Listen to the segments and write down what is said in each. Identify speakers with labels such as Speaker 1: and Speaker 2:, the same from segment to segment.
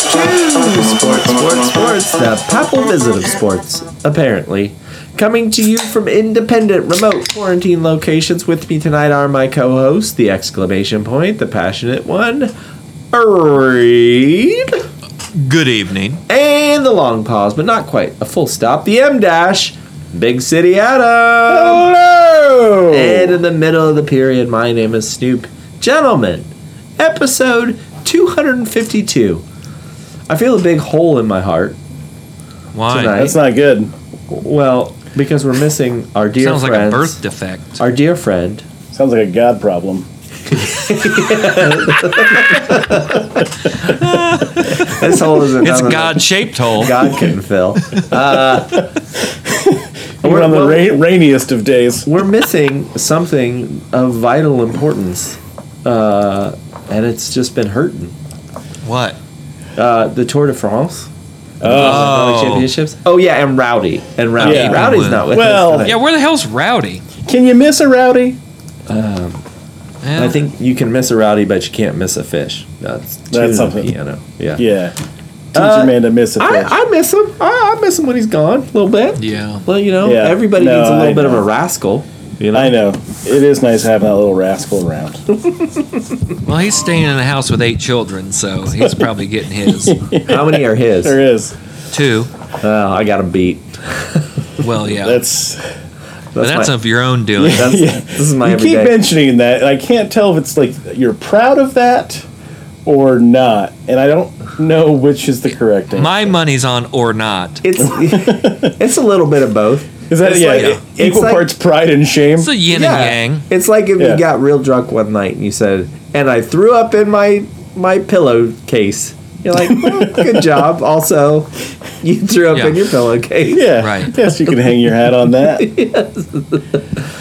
Speaker 1: Sports, sports, sports, the papal visit of sports, apparently. Coming to you from independent, remote quarantine locations with me tonight are my co hosts, the exclamation point, the passionate one, Reed,
Speaker 2: Good evening.
Speaker 1: and the long pause, but not quite a full stop, the M dash, Big City Adam. Hello! And in the middle of the period, my name is Snoop. Gentlemen, episode 252. I feel a big hole in my heart.
Speaker 2: Why?
Speaker 1: Tonight.
Speaker 3: That's not good.
Speaker 1: Well, because we're missing our dear
Speaker 2: Sounds like a
Speaker 1: friends-
Speaker 2: birth defect.
Speaker 1: Our dear friend.
Speaker 3: Sounds like a God problem.
Speaker 1: This hole is
Speaker 2: It's
Speaker 1: another-
Speaker 2: God shaped hole.
Speaker 1: God can fill.
Speaker 3: Even on the
Speaker 1: well-
Speaker 3: ra- rainiest of days.
Speaker 1: We're missing something of vital importance, uh, and it's just been hurting.
Speaker 2: What?
Speaker 1: Uh, the Tour de France.
Speaker 3: Uh,
Speaker 1: Uh,
Speaker 2: Oh.
Speaker 1: Rally championships. Oh yeah, and Rowdy and Rowdy.
Speaker 3: Yeah.
Speaker 1: Rowdy's not with
Speaker 3: Well-
Speaker 1: us. tonight.
Speaker 2: Yeah, where the hell's Rowdy?
Speaker 3: Can you miss a rowdy?
Speaker 2: Yeah.
Speaker 1: I think you can miss a Rowdy, but you can't miss a fish. That's,
Speaker 3: That's something.
Speaker 1: Piano. Yeah.
Speaker 3: Yeah. Teach
Speaker 1: Uh,
Speaker 3: your man to miss a fish.
Speaker 1: I, I miss him. I, I miss him when he's gone a little bit.
Speaker 2: Yeah.
Speaker 1: Well, you know,
Speaker 3: Yeah.
Speaker 1: everybody
Speaker 3: No,
Speaker 1: needs a little
Speaker 3: I
Speaker 1: bit of
Speaker 3: know.
Speaker 1: a rascal. You know,
Speaker 3: I know. It is nice having that little rascal around.
Speaker 2: Well, he's staying in a house with eight children, so he's probably getting his
Speaker 1: how many are his?
Speaker 3: There is.
Speaker 2: two.
Speaker 1: Oh, I got him beat.
Speaker 2: Well, yeah,
Speaker 3: That's.
Speaker 2: but that's
Speaker 1: my,
Speaker 2: of your own doing.
Speaker 1: that's, This is my
Speaker 3: You keep
Speaker 1: everyday.
Speaker 3: mentioning that. and I can't tell if it's like you're proud of that or not. And I don't know which is the correct answer.
Speaker 2: My money's on or not.
Speaker 1: It's it's a little bit of both.
Speaker 3: Is that,
Speaker 1: it's
Speaker 3: yeah,
Speaker 1: like-
Speaker 3: e-
Speaker 1: it's
Speaker 3: equal
Speaker 1: like-
Speaker 3: parts pride and shame?
Speaker 2: It's a yin and yang.
Speaker 1: It's like if you
Speaker 3: Yeah.
Speaker 1: got real drunk one night and you said, "And I threw up in my my pillowcase." You're like, well, "Good job." Also, you threw up
Speaker 2: Yeah.
Speaker 1: in your pillowcase.
Speaker 3: Yeah.
Speaker 2: Right.
Speaker 3: Yes, you can hang your hat on that.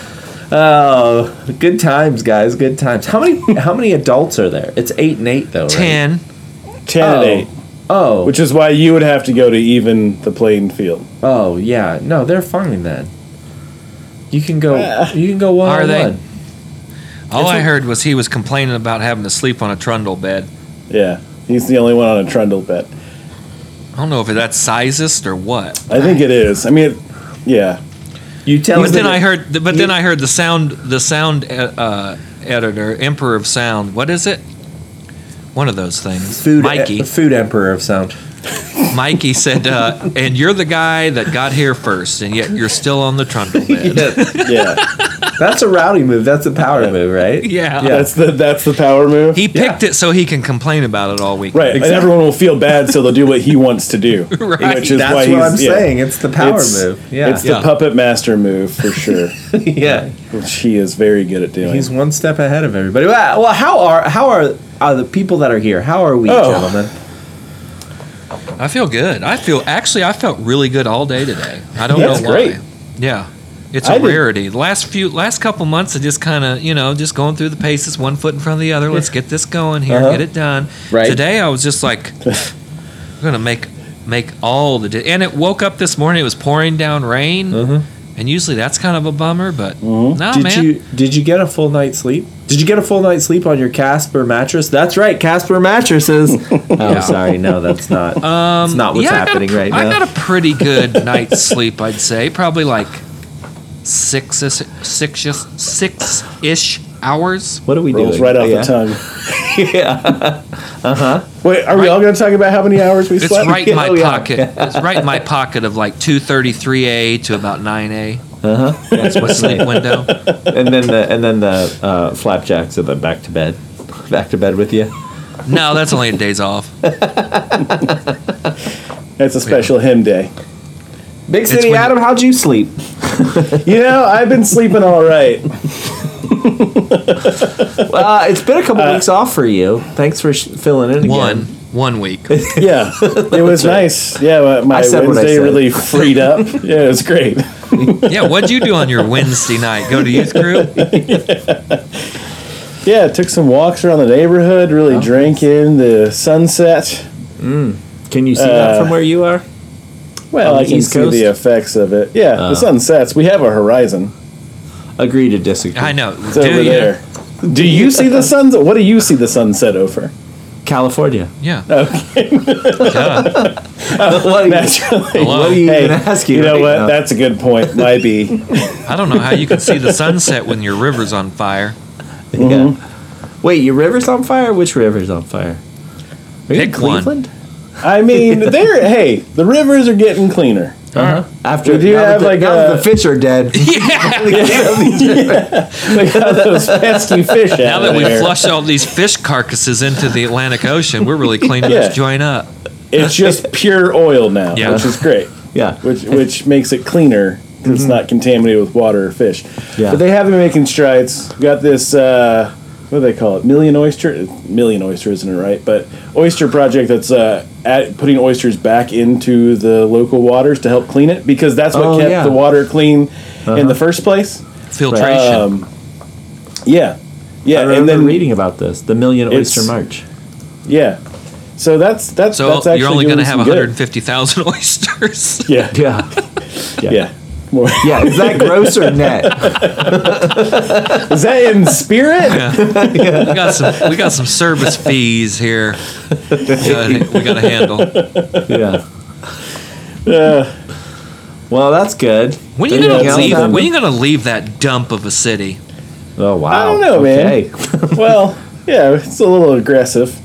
Speaker 1: Oh, good times, guys. Good times. How many how many adults are there? It's eight and eight though. Right?
Speaker 2: Ten.
Speaker 3: 10
Speaker 1: Oh.
Speaker 3: and 8.
Speaker 1: Oh,
Speaker 3: Which is why you would have to go to even the playing field.
Speaker 1: Oh yeah, no, they're fine then. You can go.
Speaker 3: Uh,
Speaker 1: you can go one
Speaker 2: Are
Speaker 1: on
Speaker 2: they?
Speaker 1: one.
Speaker 2: All
Speaker 1: It's
Speaker 2: I
Speaker 1: a-
Speaker 2: heard was he was complaining about having to sleep on a trundle bed.
Speaker 3: Yeah, he's the only one on a trundle bet.
Speaker 2: I don't know if that's sizest or what.
Speaker 3: I think it is. I mean, it, yeah,
Speaker 1: You tell.
Speaker 2: But
Speaker 1: me
Speaker 2: then
Speaker 1: that-
Speaker 2: I heard. But then I heard the sound. The sound e- uh, editor, Emperor of Sound. What is it? One of those things.
Speaker 1: food.
Speaker 2: Mikey.
Speaker 1: e- food emperor of sound.
Speaker 2: Mikey said, uh, "And you're the guy that got here first, and yet you're still on the trundle bed." yeah.
Speaker 3: yeah.
Speaker 1: That's a rowdy move. That's a power move, right?
Speaker 3: That's the that's the power move.
Speaker 2: He picked it so he can complain about it all week.
Speaker 3: right,
Speaker 1: Exactly.
Speaker 3: and everyone will feel bad, so they'll do what he wants to do.
Speaker 2: Right.
Speaker 3: Which is
Speaker 1: That's
Speaker 3: why
Speaker 1: what
Speaker 3: he's,
Speaker 1: I'm
Speaker 3: yeah.
Speaker 1: saying. It's the power
Speaker 3: It's-
Speaker 1: move. Yeah.
Speaker 3: It's
Speaker 2: Yeah.
Speaker 3: the puppet master move for sure,
Speaker 1: yeah.
Speaker 3: which he is very good at doing.
Speaker 1: He's one step ahead of everybody. Well, well, how are how are are the people that are here? How are we,
Speaker 3: Oh.
Speaker 1: gentlemen?
Speaker 2: I feel good. I feel actually I felt really good all day today. I don't
Speaker 3: That's
Speaker 2: know why.
Speaker 3: great.
Speaker 2: Yeah. It's a
Speaker 3: I did-
Speaker 2: rarity. The last few last couple months I just kind of, you know, just going through the paces one foot in front of the other. Let's get this going here.
Speaker 1: Uh-huh.
Speaker 2: Get it done.
Speaker 1: Right.
Speaker 2: Today I was just like we're going to make make all the di- and it woke up this morning it was pouring down rain.
Speaker 1: Mhm.
Speaker 2: And usually that's kind of a bummer, but no,
Speaker 1: Mm-hmm. did
Speaker 2: oh, man.
Speaker 1: you did you get a full night's sleep? Did you get a full night's sleep on your Casper mattress? That's right, Casper mattresses. oh, sorry, no, that's not. Um, it's not what's
Speaker 2: Yeah, I got a
Speaker 1: happening
Speaker 2: pr-
Speaker 1: right
Speaker 2: I
Speaker 1: now.
Speaker 2: got a pretty good night's sleep, I'd say. Probably like six six six ish hours.
Speaker 1: what are we
Speaker 3: rolls
Speaker 1: doing?
Speaker 3: right off
Speaker 1: yeah.
Speaker 3: the tongue.
Speaker 1: yeah.
Speaker 3: Wait, are we
Speaker 2: Right.
Speaker 3: all going to talk about how many hours we
Speaker 2: It's
Speaker 3: slept?
Speaker 2: right in my
Speaker 1: Oh, yeah.
Speaker 2: pocket. It's right in my pocket of like two thirty three a to about nine a.
Speaker 1: Uh-huh.
Speaker 2: That's my sleep window.
Speaker 1: And then the and then the uh, flapjacks and then back to bed. Back to bed with you.
Speaker 2: No, that's only a days off.
Speaker 3: It's a special him day.
Speaker 1: Big
Speaker 2: It's
Speaker 1: City
Speaker 2: when-
Speaker 1: Adam, how'd you sleep?
Speaker 3: You know, I've been sleeping all right.
Speaker 1: Uh, it's been a couple weeks off for you. Thanks for sh- filling in
Speaker 2: One
Speaker 1: again.
Speaker 2: one week.
Speaker 3: Yeah, it was nice. Yeah, my- my
Speaker 1: I said what I
Speaker 3: Wednesday
Speaker 1: said.
Speaker 3: really freed up. Yeah, it was great.
Speaker 2: Yeah, what'd you do on your Wednesday night? Go to youth group?
Speaker 3: Yeah, took some walks around the neighborhood, really drank in the sunset.
Speaker 1: Can you see that
Speaker 3: Uh,
Speaker 1: from where you are?
Speaker 3: Well,
Speaker 1: On the
Speaker 3: I can
Speaker 1: East
Speaker 3: see
Speaker 1: Coast? Oh.
Speaker 3: the effects of it. Yeah, the sun sets. We have a horizon.
Speaker 1: Agree to disagree.
Speaker 2: I know.
Speaker 3: It's
Speaker 2: do
Speaker 3: over
Speaker 2: you?
Speaker 3: there. Do you see the sunset? What do you see the sunset over?
Speaker 1: California.
Speaker 2: Yeah.
Speaker 1: what, do you,
Speaker 3: Naturally.
Speaker 2: Hello?
Speaker 1: what are you
Speaker 3: Hey,
Speaker 1: even asking?
Speaker 3: you know
Speaker 1: right
Speaker 3: what?
Speaker 1: now?
Speaker 3: That's a good point. Might be.
Speaker 2: I don't know how you can see the sunset when your river's on fire.
Speaker 1: yeah.
Speaker 3: mm-hmm.
Speaker 1: Wait, your river's on fire? Which river's on fire? Are you in
Speaker 2: Pick one.
Speaker 1: Cleveland?
Speaker 3: I mean, they're hey, the rivers are getting cleaner.
Speaker 1: Uh-huh. After
Speaker 3: We do
Speaker 1: now that
Speaker 3: have,
Speaker 1: the,
Speaker 3: like,
Speaker 1: now that
Speaker 3: a-
Speaker 1: the fish are dead.
Speaker 3: They got those pesky fish out
Speaker 2: Now that
Speaker 3: of
Speaker 2: we
Speaker 3: there.
Speaker 2: flushed all these fish carcasses into the Atlantic Ocean, we're really cleaning
Speaker 3: Yeah.
Speaker 2: this joint up.
Speaker 3: It's just pure oil now,
Speaker 2: Yeah.
Speaker 3: which is great.
Speaker 1: yeah.
Speaker 3: which which makes it cleaner 'cause it's not contaminated with water or fish.
Speaker 1: Mm-hmm. Yeah.
Speaker 3: But they have been making strides. We got this. Uh, what do they call it? Million oyster, million oyster, isn't it right? But oyster project that's uh, at putting oysters back into the local waters to help clean it because that's what
Speaker 1: Oh,
Speaker 3: kept
Speaker 1: yeah. Uh-huh.
Speaker 3: the water clean in the first place.
Speaker 2: Filtration.
Speaker 3: Um, Yeah,
Speaker 1: I
Speaker 3: yeah,
Speaker 1: remember
Speaker 3: and then
Speaker 1: reading about this, the Million
Speaker 3: It's-
Speaker 1: Oyster March.
Speaker 3: yeah. So that's that's
Speaker 2: so
Speaker 3: that's actually
Speaker 2: you're only going to
Speaker 3: doing some
Speaker 2: have
Speaker 3: good.
Speaker 2: 150,000 oysters.
Speaker 3: Yeah,
Speaker 1: Yeah,
Speaker 3: yeah. More-
Speaker 1: yeah. Is that gross or net?
Speaker 3: Is that in spirit?
Speaker 2: We got some. We got some service fees here. We gotta- We got to handle.
Speaker 1: Yeah. Well, that's good.
Speaker 2: When you
Speaker 1: Anything
Speaker 2: going to
Speaker 1: else
Speaker 2: leave?
Speaker 1: happened?
Speaker 2: When you going to leave that dump of a city?
Speaker 1: Oh wow!
Speaker 3: I don't know, man.
Speaker 1: okay.
Speaker 3: well, yeah, it's a little aggressive.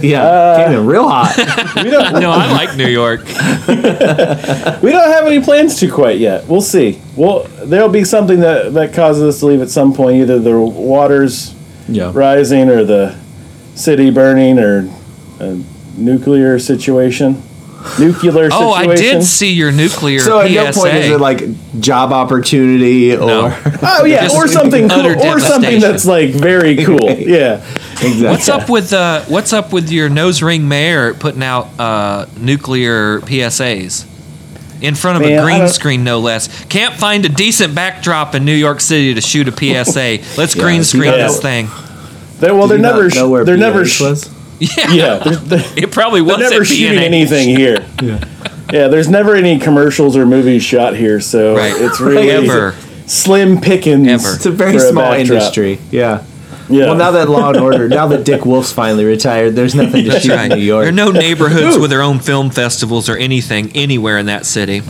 Speaker 1: yeah, came in real hot.
Speaker 3: We don't,
Speaker 2: No, I like New York.
Speaker 3: we don't have any plans to quite yet. We'll see. Well, there'll be something that that causes us to leave at some point. Either the waters
Speaker 1: yeah,
Speaker 3: rising, or the city burning, or a nuclear situation. Nuclear situation.
Speaker 2: Oh, I did see your nuclear
Speaker 1: So at
Speaker 2: PSA.
Speaker 1: no point is it like job opportunity or
Speaker 2: No.
Speaker 3: Oh yeah,
Speaker 2: Just
Speaker 3: or something cool,
Speaker 2: utter
Speaker 3: or something
Speaker 2: devastation.
Speaker 3: that's like very cool. Yeah,
Speaker 1: exactly.
Speaker 2: What's up with uh, What's up with your nose ring mayor putting out uh, nuclear PSAs in front of
Speaker 3: Man, I
Speaker 2: a green
Speaker 3: don't-
Speaker 2: screen, no less? Can't find a decent backdrop in New York City to shoot a PSA. Let's
Speaker 1: Yeah,
Speaker 2: green
Speaker 1: you
Speaker 2: screen
Speaker 3: know-
Speaker 2: this thing.
Speaker 3: they well,
Speaker 1: Do
Speaker 3: they're
Speaker 1: you not
Speaker 3: never,
Speaker 1: know where
Speaker 3: they're never,
Speaker 1: BH was?
Speaker 2: Yeah,
Speaker 3: yeah, they're, they're,
Speaker 2: it probably
Speaker 3: We're
Speaker 2: wasn't
Speaker 3: never shooting
Speaker 2: being a-
Speaker 3: anything here.
Speaker 1: Yeah.
Speaker 3: Yeah, there's never any commercials or movies shot here, so
Speaker 2: Right.
Speaker 3: it's really
Speaker 2: Ever.
Speaker 3: slim pickings.
Speaker 2: Ever.
Speaker 1: It's a very
Speaker 3: for
Speaker 1: small
Speaker 3: backdrop.
Speaker 1: industry. Yeah.
Speaker 3: Yeah.
Speaker 1: Well, now that Law and Order, now that Dick Wolf's finally retired, there's nothing to
Speaker 2: That's
Speaker 1: shoot
Speaker 2: right.
Speaker 1: in New York.
Speaker 2: There are no neighborhoods with their own film festivals or anything anywhere in that city.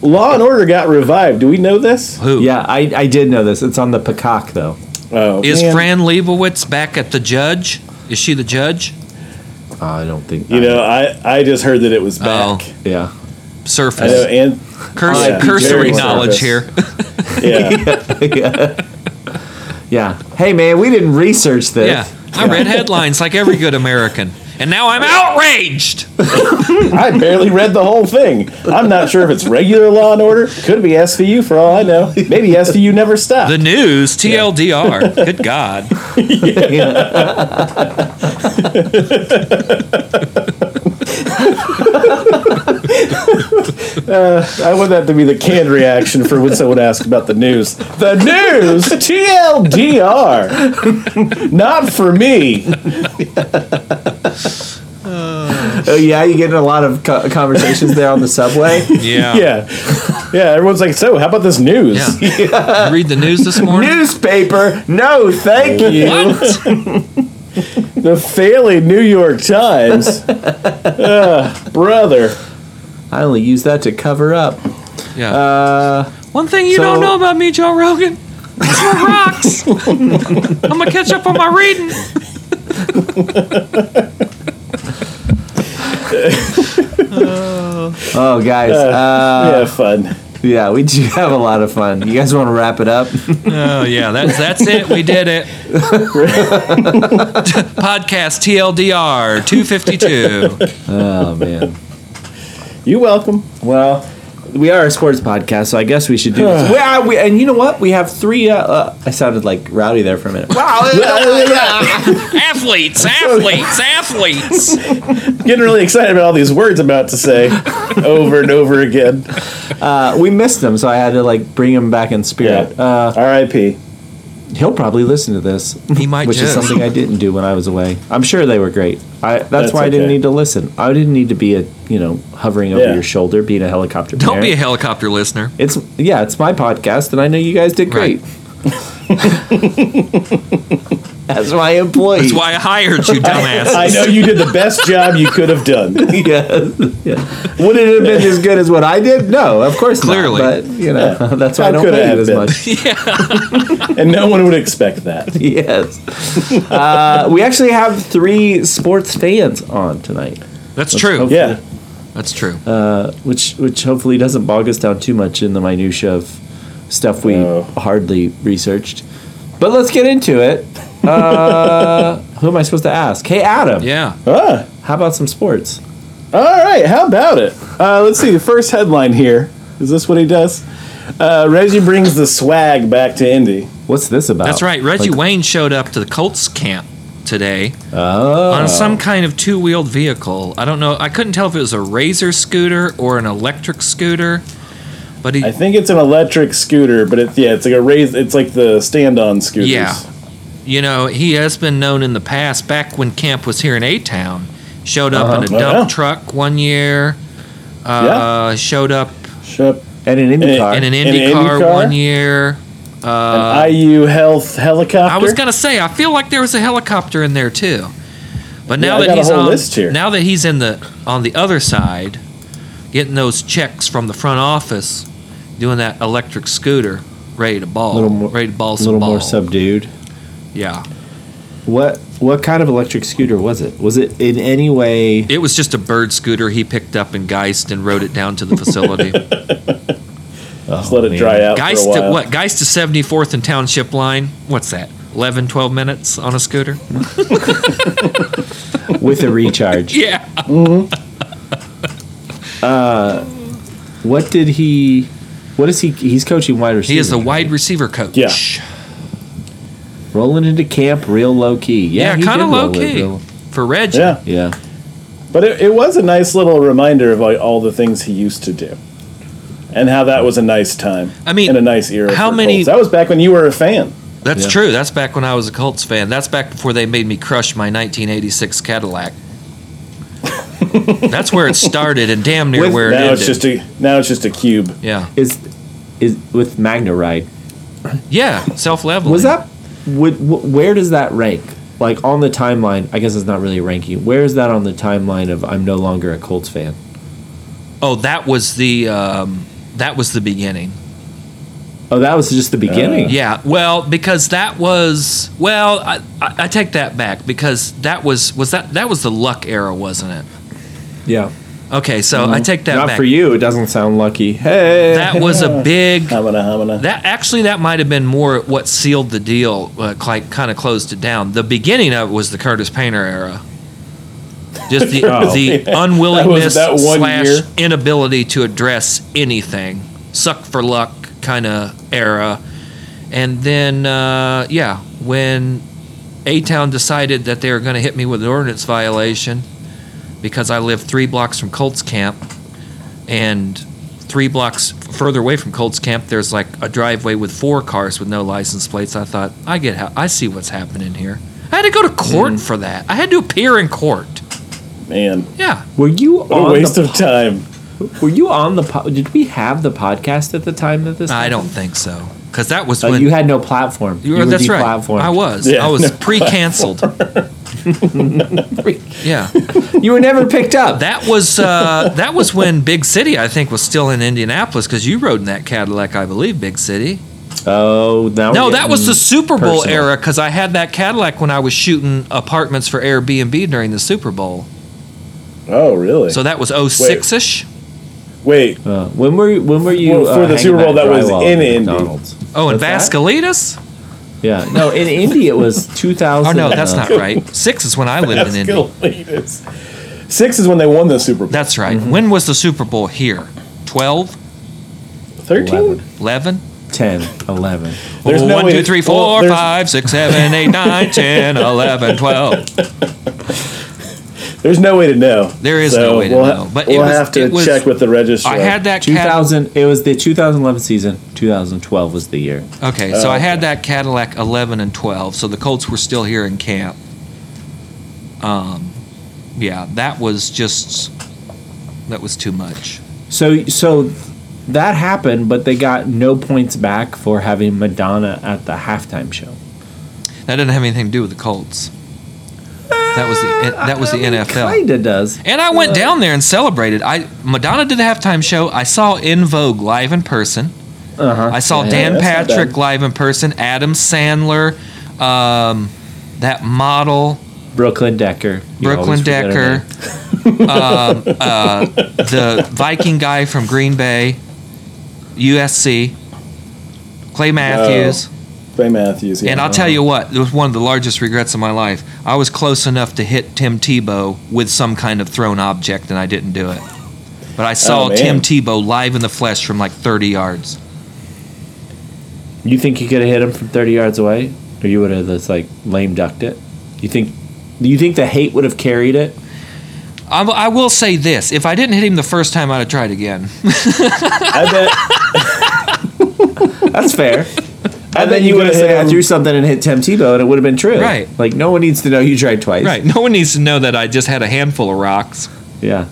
Speaker 3: Law and Order got revived. Do we know this?
Speaker 2: Who is
Speaker 1: yeah, I, I did know this. It's on the Peacock though.
Speaker 3: Oh, man.
Speaker 2: Fran Lebowitz back at the judge? Is she the judge?
Speaker 1: Uh, I don't think
Speaker 3: You know, I I just heard that it was back.
Speaker 2: Oh.
Speaker 1: Yeah.
Speaker 3: I know,
Speaker 2: Surface
Speaker 3: and
Speaker 2: Curse,
Speaker 3: Yeah.
Speaker 2: cursory
Speaker 3: Very
Speaker 2: knowledge
Speaker 3: surface.
Speaker 2: here.
Speaker 3: yeah,
Speaker 1: Yeah. Hey man, we didn't research this.
Speaker 2: Yeah, I read headlines like every good American, and now I'm outraged.
Speaker 3: I barely read the whole thing. I'm not sure if it's regular Law and Order. Could be SVU for all I know. Maybe SVU never stopped.
Speaker 2: The news, TLDR. Good God,
Speaker 3: I want that to be the canned reaction for when someone asks about the news. The news, TLDR, not for me.
Speaker 1: Oh yeah, you get in a lot of co- conversations there on the subway.
Speaker 2: yeah.
Speaker 3: Yeah, yeah. Everyone's like, so how about this news?
Speaker 2: Yeah. You read the news this morning.
Speaker 1: Newspaper? No, thank you.
Speaker 2: What?
Speaker 3: The failing New York Times, Ugh, brother.
Speaker 1: I only use that to cover up.
Speaker 2: Yeah.
Speaker 1: Uh,
Speaker 2: One thing you
Speaker 1: so-
Speaker 2: don't know about me, Joe Rogan. I'm rocks. I'm gonna catch up on my reading.
Speaker 1: oh, guys. Uh,
Speaker 3: yeah, fun.
Speaker 1: yeah, we do have a lot of fun. You guys want to wrap it up?
Speaker 2: Oh yeah, that's that's it. We did it. Podcast TLDR 252.
Speaker 1: Oh man.
Speaker 3: You welcome.
Speaker 1: Well, we are a sports podcast, so I guess we should do this. Well, we, and you know what? We have three. Uh, uh, I sounded like rowdy there for a minute.
Speaker 2: athletes, athletes, athletes.
Speaker 3: Getting really excited about all these words I'm about to say over and over again.
Speaker 1: Uh, we missed him, so I had to like bring him back in spirit. Uh,
Speaker 3: R.I.P.
Speaker 1: he'll probably listen to this,
Speaker 2: He might
Speaker 1: which is
Speaker 2: just.
Speaker 1: something I didn't do when I was away. I'm sure they were great. I, that's,
Speaker 3: That's
Speaker 1: why I didn't
Speaker 3: okay.
Speaker 1: need to listen. I didn't need to be a you know hovering over
Speaker 3: Yeah.
Speaker 1: your shoulder, being a helicopter.
Speaker 2: Don't be a
Speaker 1: parent.
Speaker 2: helicopter listener.
Speaker 1: It's yeah, it's my podcast, and I know you guys did
Speaker 2: Right.
Speaker 1: great. That's my employee.
Speaker 2: That's why I hired you, dumbass.
Speaker 3: I know you did the best job you could have done.
Speaker 1: yes. Yeah. Would it have been as good as what I did? No, of course
Speaker 2: Clearly.
Speaker 1: not. But you know,
Speaker 3: Yeah.
Speaker 1: that's why I
Speaker 3: How
Speaker 1: don't
Speaker 3: could it
Speaker 1: pay
Speaker 3: have
Speaker 1: you as
Speaker 3: been?
Speaker 1: much.
Speaker 3: And no one would expect that.
Speaker 1: yes. Uh, we actually have three sports fans on tonight,
Speaker 2: That's true.
Speaker 3: Yeah.
Speaker 2: That's true.
Speaker 1: which which hopefully doesn't bog us down too much in the minutia of stuff we
Speaker 3: No.
Speaker 1: hardly researched. But let's get into it. Uh, who am I supposed to ask? Hey, Adam.
Speaker 2: yeah.
Speaker 3: Ah.
Speaker 1: How about some sports?
Speaker 3: All right, how about it? Uh, let's see, the first headline here. Is this what he does? Uh, Reggie brings the swag back to Indy.
Speaker 1: What's this about?
Speaker 2: That's right. Reggie
Speaker 1: Like,
Speaker 2: Wayne showed up to the Colts camp today
Speaker 1: oh.
Speaker 2: on some kind of two-wheeled vehicle. I don't know. I couldn't tell if it was a razor scooter or an electric scooter, but he
Speaker 3: I think it's an electric scooter, but it, yeah, it's like a raise. It's like the stand-on scooters.
Speaker 2: Yeah. You know, he has been known in the past, back when Camp was here in A Town, showed up in a
Speaker 3: Uh-huh.
Speaker 2: dump
Speaker 3: Yeah.
Speaker 2: truck one year, uh, showed up
Speaker 3: Shut up.
Speaker 1: and Uh, an
Speaker 3: And
Speaker 1: Indy
Speaker 3: it-
Speaker 1: car.
Speaker 2: in an
Speaker 3: In an
Speaker 2: Indy car
Speaker 3: IndyCar?
Speaker 2: one year. Uh,
Speaker 3: An IU Health helicopter.
Speaker 2: I was going to say, I feel like there was a helicopter in there too. But
Speaker 3: Yeah,
Speaker 2: now
Speaker 3: I
Speaker 2: that
Speaker 3: got a
Speaker 2: he's
Speaker 3: whole
Speaker 2: on,
Speaker 3: list here.
Speaker 2: now that he's in the on the other side, getting those checks from the front office, doing that electric scooter, ready to ball,
Speaker 1: Little more-
Speaker 2: ready to ball
Speaker 1: a
Speaker 2: some
Speaker 1: little
Speaker 2: ball.
Speaker 1: more subdued.
Speaker 2: yeah,
Speaker 1: What what kind of electric scooter was it? Was it in any way?
Speaker 2: It was just a bird scooter he picked up in Geist and rode it down to the facility.
Speaker 1: Oh,
Speaker 3: Just let it dry out
Speaker 2: Geist
Speaker 3: for a
Speaker 2: to
Speaker 3: while.
Speaker 2: what? Geist to 74th and Township Line. What's that? 11, 12 minutes on a scooter?
Speaker 1: with a recharge.
Speaker 2: Yeah.
Speaker 1: What did he? What is he? He's coaching wide receiver.
Speaker 2: He is a wide receiver coach.
Speaker 3: Yeah.
Speaker 1: rolling into camp real low key. Yeah,
Speaker 2: Yeah,
Speaker 1: he
Speaker 2: kinda
Speaker 1: did roll
Speaker 2: low
Speaker 1: it
Speaker 2: key.
Speaker 1: real-
Speaker 2: For Reggie.
Speaker 3: Yeah,
Speaker 1: Yeah,
Speaker 3: but it, it was a nice little reminder of like, all the things he used to do, and how that was a nice time.
Speaker 2: I mean,
Speaker 3: and a nice era.
Speaker 2: how
Speaker 3: for
Speaker 2: many-
Speaker 3: Colts. That was back when you were a fan.
Speaker 2: That's
Speaker 1: Yeah.
Speaker 2: true. That's back when I was a Colts fan. That's back before they made me crush my 1986 Cadillac. That's where it started and damn near
Speaker 1: With-
Speaker 2: where it
Speaker 3: now
Speaker 2: ended.
Speaker 3: it's just a now it's just a cube.
Speaker 2: yeah.
Speaker 1: is is with Magna Ride.
Speaker 2: Yeah. Self leveling.
Speaker 1: Was that? Would, wh- where does that rank? Like on the timeline, I guess it's not really a ranking. Where is that on the timeline of I'm no longer a Colts fan?
Speaker 2: Oh, that was the um, that was the beginning.
Speaker 1: Oh, that was just the beginning.
Speaker 2: Uh, Yeah, well, because that was well, I, I, I take that back because that was was that that was the luck era, wasn't it?
Speaker 1: yeah.
Speaker 2: Okay, so I take that
Speaker 1: Mm-hmm. Not
Speaker 2: back.
Speaker 1: for you. It doesn't sound lucky. Hey,
Speaker 2: That was a big.
Speaker 3: Hamana hamana.
Speaker 2: That actually, that might have been more what sealed the deal, uh, like kind of closed it down. The beginning of it was the Curtis Painter era. Just the,
Speaker 1: Oh.
Speaker 2: the unwillingness
Speaker 3: That was that one
Speaker 2: slash
Speaker 3: year.
Speaker 2: inability to address anything, suck for luck kind of era, and then uh, yeah, when A Town decided that they were going to hit me with an ordinance violation because I lived three blocks from Colts camp, and three blocks further away from Colts camp, there's like a driveway with four cars with no license plates. I thought, I get how I see what's happening here. I had to go to court
Speaker 3: Mm-hmm.
Speaker 2: for that. I had to appear in court.
Speaker 3: Man,
Speaker 2: Yeah,
Speaker 1: were you
Speaker 3: what
Speaker 1: on
Speaker 3: a waste
Speaker 1: the
Speaker 3: of time.
Speaker 1: Were you on the po- did we have the podcast at the time that this?
Speaker 2: I don't think so because that was
Speaker 1: Oh,
Speaker 2: when
Speaker 1: you had no platform.
Speaker 2: you
Speaker 1: You
Speaker 2: were-
Speaker 1: were
Speaker 2: that's right.
Speaker 1: deplatformed.
Speaker 2: I was.
Speaker 3: Yeah.
Speaker 2: I was pre-canceled. yeah,
Speaker 1: You were never picked up.
Speaker 2: that was uh, that was when Big City I think was still in Indianapolis because you rode in that Cadillac I believe Big City.
Speaker 1: oh, now
Speaker 2: No,
Speaker 1: we're
Speaker 2: that was the
Speaker 1: getting-
Speaker 2: Super Bowl
Speaker 1: personal.
Speaker 2: era because I had that Cadillac when I was shooting apartments for Airbnb during the Super Bowl.
Speaker 3: Oh, really?
Speaker 2: So that was 06 ish.
Speaker 3: Wait,
Speaker 1: Uh, when were when were you
Speaker 3: Well, for
Speaker 1: uh,
Speaker 3: the Super
Speaker 1: hanging
Speaker 3: Bowl,
Speaker 1: out
Speaker 3: that was
Speaker 1: drywall
Speaker 3: in
Speaker 1: at
Speaker 3: Indy.
Speaker 1: McDonald's?
Speaker 2: Oh,
Speaker 3: What's
Speaker 2: and
Speaker 3: that?
Speaker 2: Vascalitas?
Speaker 1: Yeah, no, in Indy it was two thousand.
Speaker 2: Oh, no, that's not right. Six is when I lived in Indy.
Speaker 3: Escalatus. Six is when they won the Super Bowl.
Speaker 2: That's
Speaker 1: Mm-hmm.
Speaker 2: right. When was the Super Bowl here? 12?
Speaker 3: Thirteen.
Speaker 2: 11?
Speaker 1: 10, 11.
Speaker 3: There's no
Speaker 2: 1,
Speaker 3: way
Speaker 2: two,
Speaker 3: that-
Speaker 2: three,
Speaker 3: well,
Speaker 2: four,
Speaker 3: there's-
Speaker 2: five, six, seven, eight, nine, 10, 11, 12.
Speaker 3: There's no way to know.
Speaker 2: There is
Speaker 3: So
Speaker 2: no way to
Speaker 3: we'll ha-
Speaker 2: know. But it
Speaker 3: we'll
Speaker 2: was,
Speaker 3: have to
Speaker 2: it was-
Speaker 3: check with the registrar.
Speaker 2: I had that
Speaker 1: Two
Speaker 2: Cadillac.
Speaker 1: thousand. It was the two thousand eleven season. Two thousand twelve was the year.
Speaker 2: Okay,
Speaker 3: Oh,
Speaker 2: so I had that Cadillac 11 and 12, so the Colts were still here in camp. Um, yeah, that was just that was too much.
Speaker 1: So so that happened, but they got no points back for having Madonna at the halftime show.
Speaker 2: That didn't have anything to do with the Colts. That was the that was the NFL.
Speaker 1: Ah, Kinda does.
Speaker 2: And I went down there and celebrated. I Madonna did a halftime show. I saw In Vogue live in person.
Speaker 1: Uh huh.
Speaker 2: I saw
Speaker 3: Yeah,
Speaker 2: Dan
Speaker 3: that's not bad.
Speaker 2: Patrick live in person. Adam Sandler, um, that model,
Speaker 1: Brooklyn Decker. You always
Speaker 2: Brooklyn
Speaker 1: forget her
Speaker 2: Decker,
Speaker 1: name.
Speaker 2: um, uh, the Viking guy from Green Bay, USC, Clay Matthews.
Speaker 3: Clay Matthews. Yeah.
Speaker 2: And I'll tell you what, it was one of the largest regrets of my life. I was close enough to hit Tim Tebow with some kind of thrown object, and I didn't do it. But I saw
Speaker 3: Oh, man.
Speaker 2: Tim Tebow live in the flesh from like 30 yards.
Speaker 1: You think you could have hit him from 30 yards away, or you would have just like lame ducked it? You think? Do you think the hate would have carried it?
Speaker 2: I, w- I will say this if I didn't hit him the first time, I'd have tried again.
Speaker 3: I bet.
Speaker 1: That's fair.
Speaker 3: I
Speaker 1: And
Speaker 3: bet
Speaker 1: then you
Speaker 3: you
Speaker 1: would have
Speaker 3: coulda hit
Speaker 1: said I
Speaker 3: him-
Speaker 1: threw something and hit Tim Tebow, and it would have been true.
Speaker 2: Right.
Speaker 1: Like no one needs to know you tried twice.
Speaker 2: right. No one needs to know that I just had a handful of rocks.
Speaker 1: Yeah.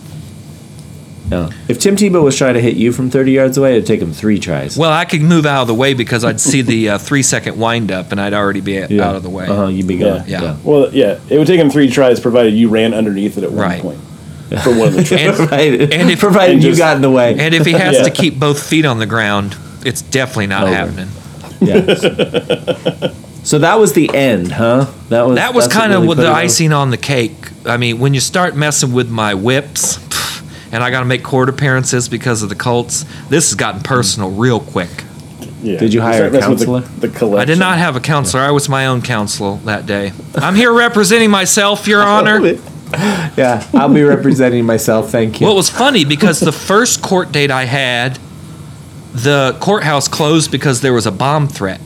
Speaker 1: No. If Tim Tebow was trying to hit you from 30 yards away, it'd take him three tries.
Speaker 2: Well, I could move out of the way because I'd see the uh, three second wind up and I'd already be a- out of the way.
Speaker 1: Uh huh. You'd be gone.
Speaker 2: Yeah. Yeah.
Speaker 3: Well, yeah, it would take him three tries, provided you ran underneath it at one
Speaker 2: Right.
Speaker 3: point for one of the tries.
Speaker 2: And-
Speaker 1: Provided,
Speaker 2: And if-
Speaker 1: provided
Speaker 3: and
Speaker 1: you
Speaker 3: just-
Speaker 1: got in the way.
Speaker 2: And if he has
Speaker 3: Yeah.
Speaker 2: to keep both feet on the ground, it's definitely not
Speaker 1: Over.
Speaker 2: happening.
Speaker 1: Yeah. so that was the end, huh? That was that's
Speaker 2: That was
Speaker 1: what
Speaker 2: kind of
Speaker 1: really
Speaker 2: with
Speaker 1: put it
Speaker 2: the
Speaker 1: over.
Speaker 2: icing on the cake. I mean, when you start messing with my whips, pff, and I got to make court appearances because of the Colts, this has gotten personal real quick.
Speaker 3: Yeah.
Speaker 1: Did you hire a
Speaker 3: start messing with
Speaker 1: counselor?
Speaker 3: The, the collection.
Speaker 2: I did
Speaker 1: uh,
Speaker 2: not have a counselor. I was my own counsel that day. I'm here representing myself,
Speaker 1: Oh,
Speaker 2: Your Honor.
Speaker 1: Yeah, I'll be representing myself. Thank you.
Speaker 2: Well, it was funny because the first court date I had, the courthouse closed because there was a bomb threat.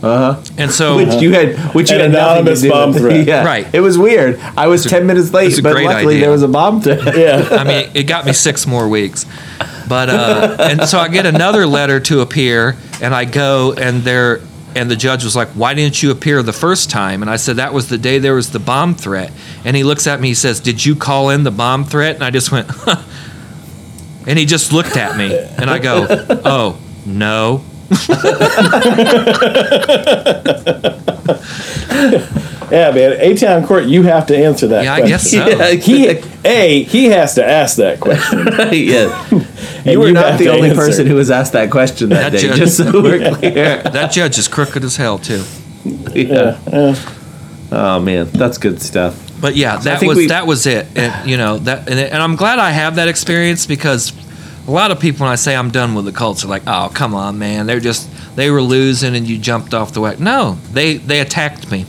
Speaker 1: uh-huh.
Speaker 2: And so
Speaker 1: Which you had, which you
Speaker 3: An
Speaker 1: had nothing to
Speaker 3: anonymous
Speaker 1: do
Speaker 3: bomb
Speaker 1: with.
Speaker 3: threat.
Speaker 1: yeah,
Speaker 2: Oh, Right.
Speaker 1: It was weird. I was
Speaker 2: It's a-
Speaker 1: ten minutes
Speaker 2: it's
Speaker 1: late,
Speaker 2: a
Speaker 1: but
Speaker 2: great
Speaker 1: luckily
Speaker 2: idea. Oh.
Speaker 1: there was a bomb threat.
Speaker 3: Yeah.
Speaker 2: I mean, it got me six more weeks. But uh, and so I get another letter to appear, and I go, and there, and the judge was like, "Why didn't you appear the first time?" And I said, "That was the day there was the bomb threat." And he looks at me, he says, "Did you call in the bomb threat?" And I just went, huh. and he just looked at me, and I go, "Oh no."
Speaker 3: Yeah, man. A town court, you have to answer that.
Speaker 2: Yeah, I
Speaker 3: question.
Speaker 2: guess so.
Speaker 3: He, a, he has to ask that question.
Speaker 1: yeah.
Speaker 3: and
Speaker 1: You were not
Speaker 3: have
Speaker 1: the
Speaker 3: to
Speaker 1: only
Speaker 3: answer.
Speaker 1: person who was asked that question that,
Speaker 2: That
Speaker 1: day.
Speaker 2: judge-
Speaker 1: Just so we're clear.
Speaker 2: That judge is crooked as hell too.
Speaker 1: Yeah. Oh man, that's good stuff.
Speaker 2: But yeah, that
Speaker 1: think
Speaker 2: was
Speaker 1: we-
Speaker 2: that was it. And you know that, and, and I'm glad I have that experience because a lot of people when I say I'm done with the Colts are like, "Oh, come on, man, they're just they were losing and you jumped off the wagon." No, they they attacked me.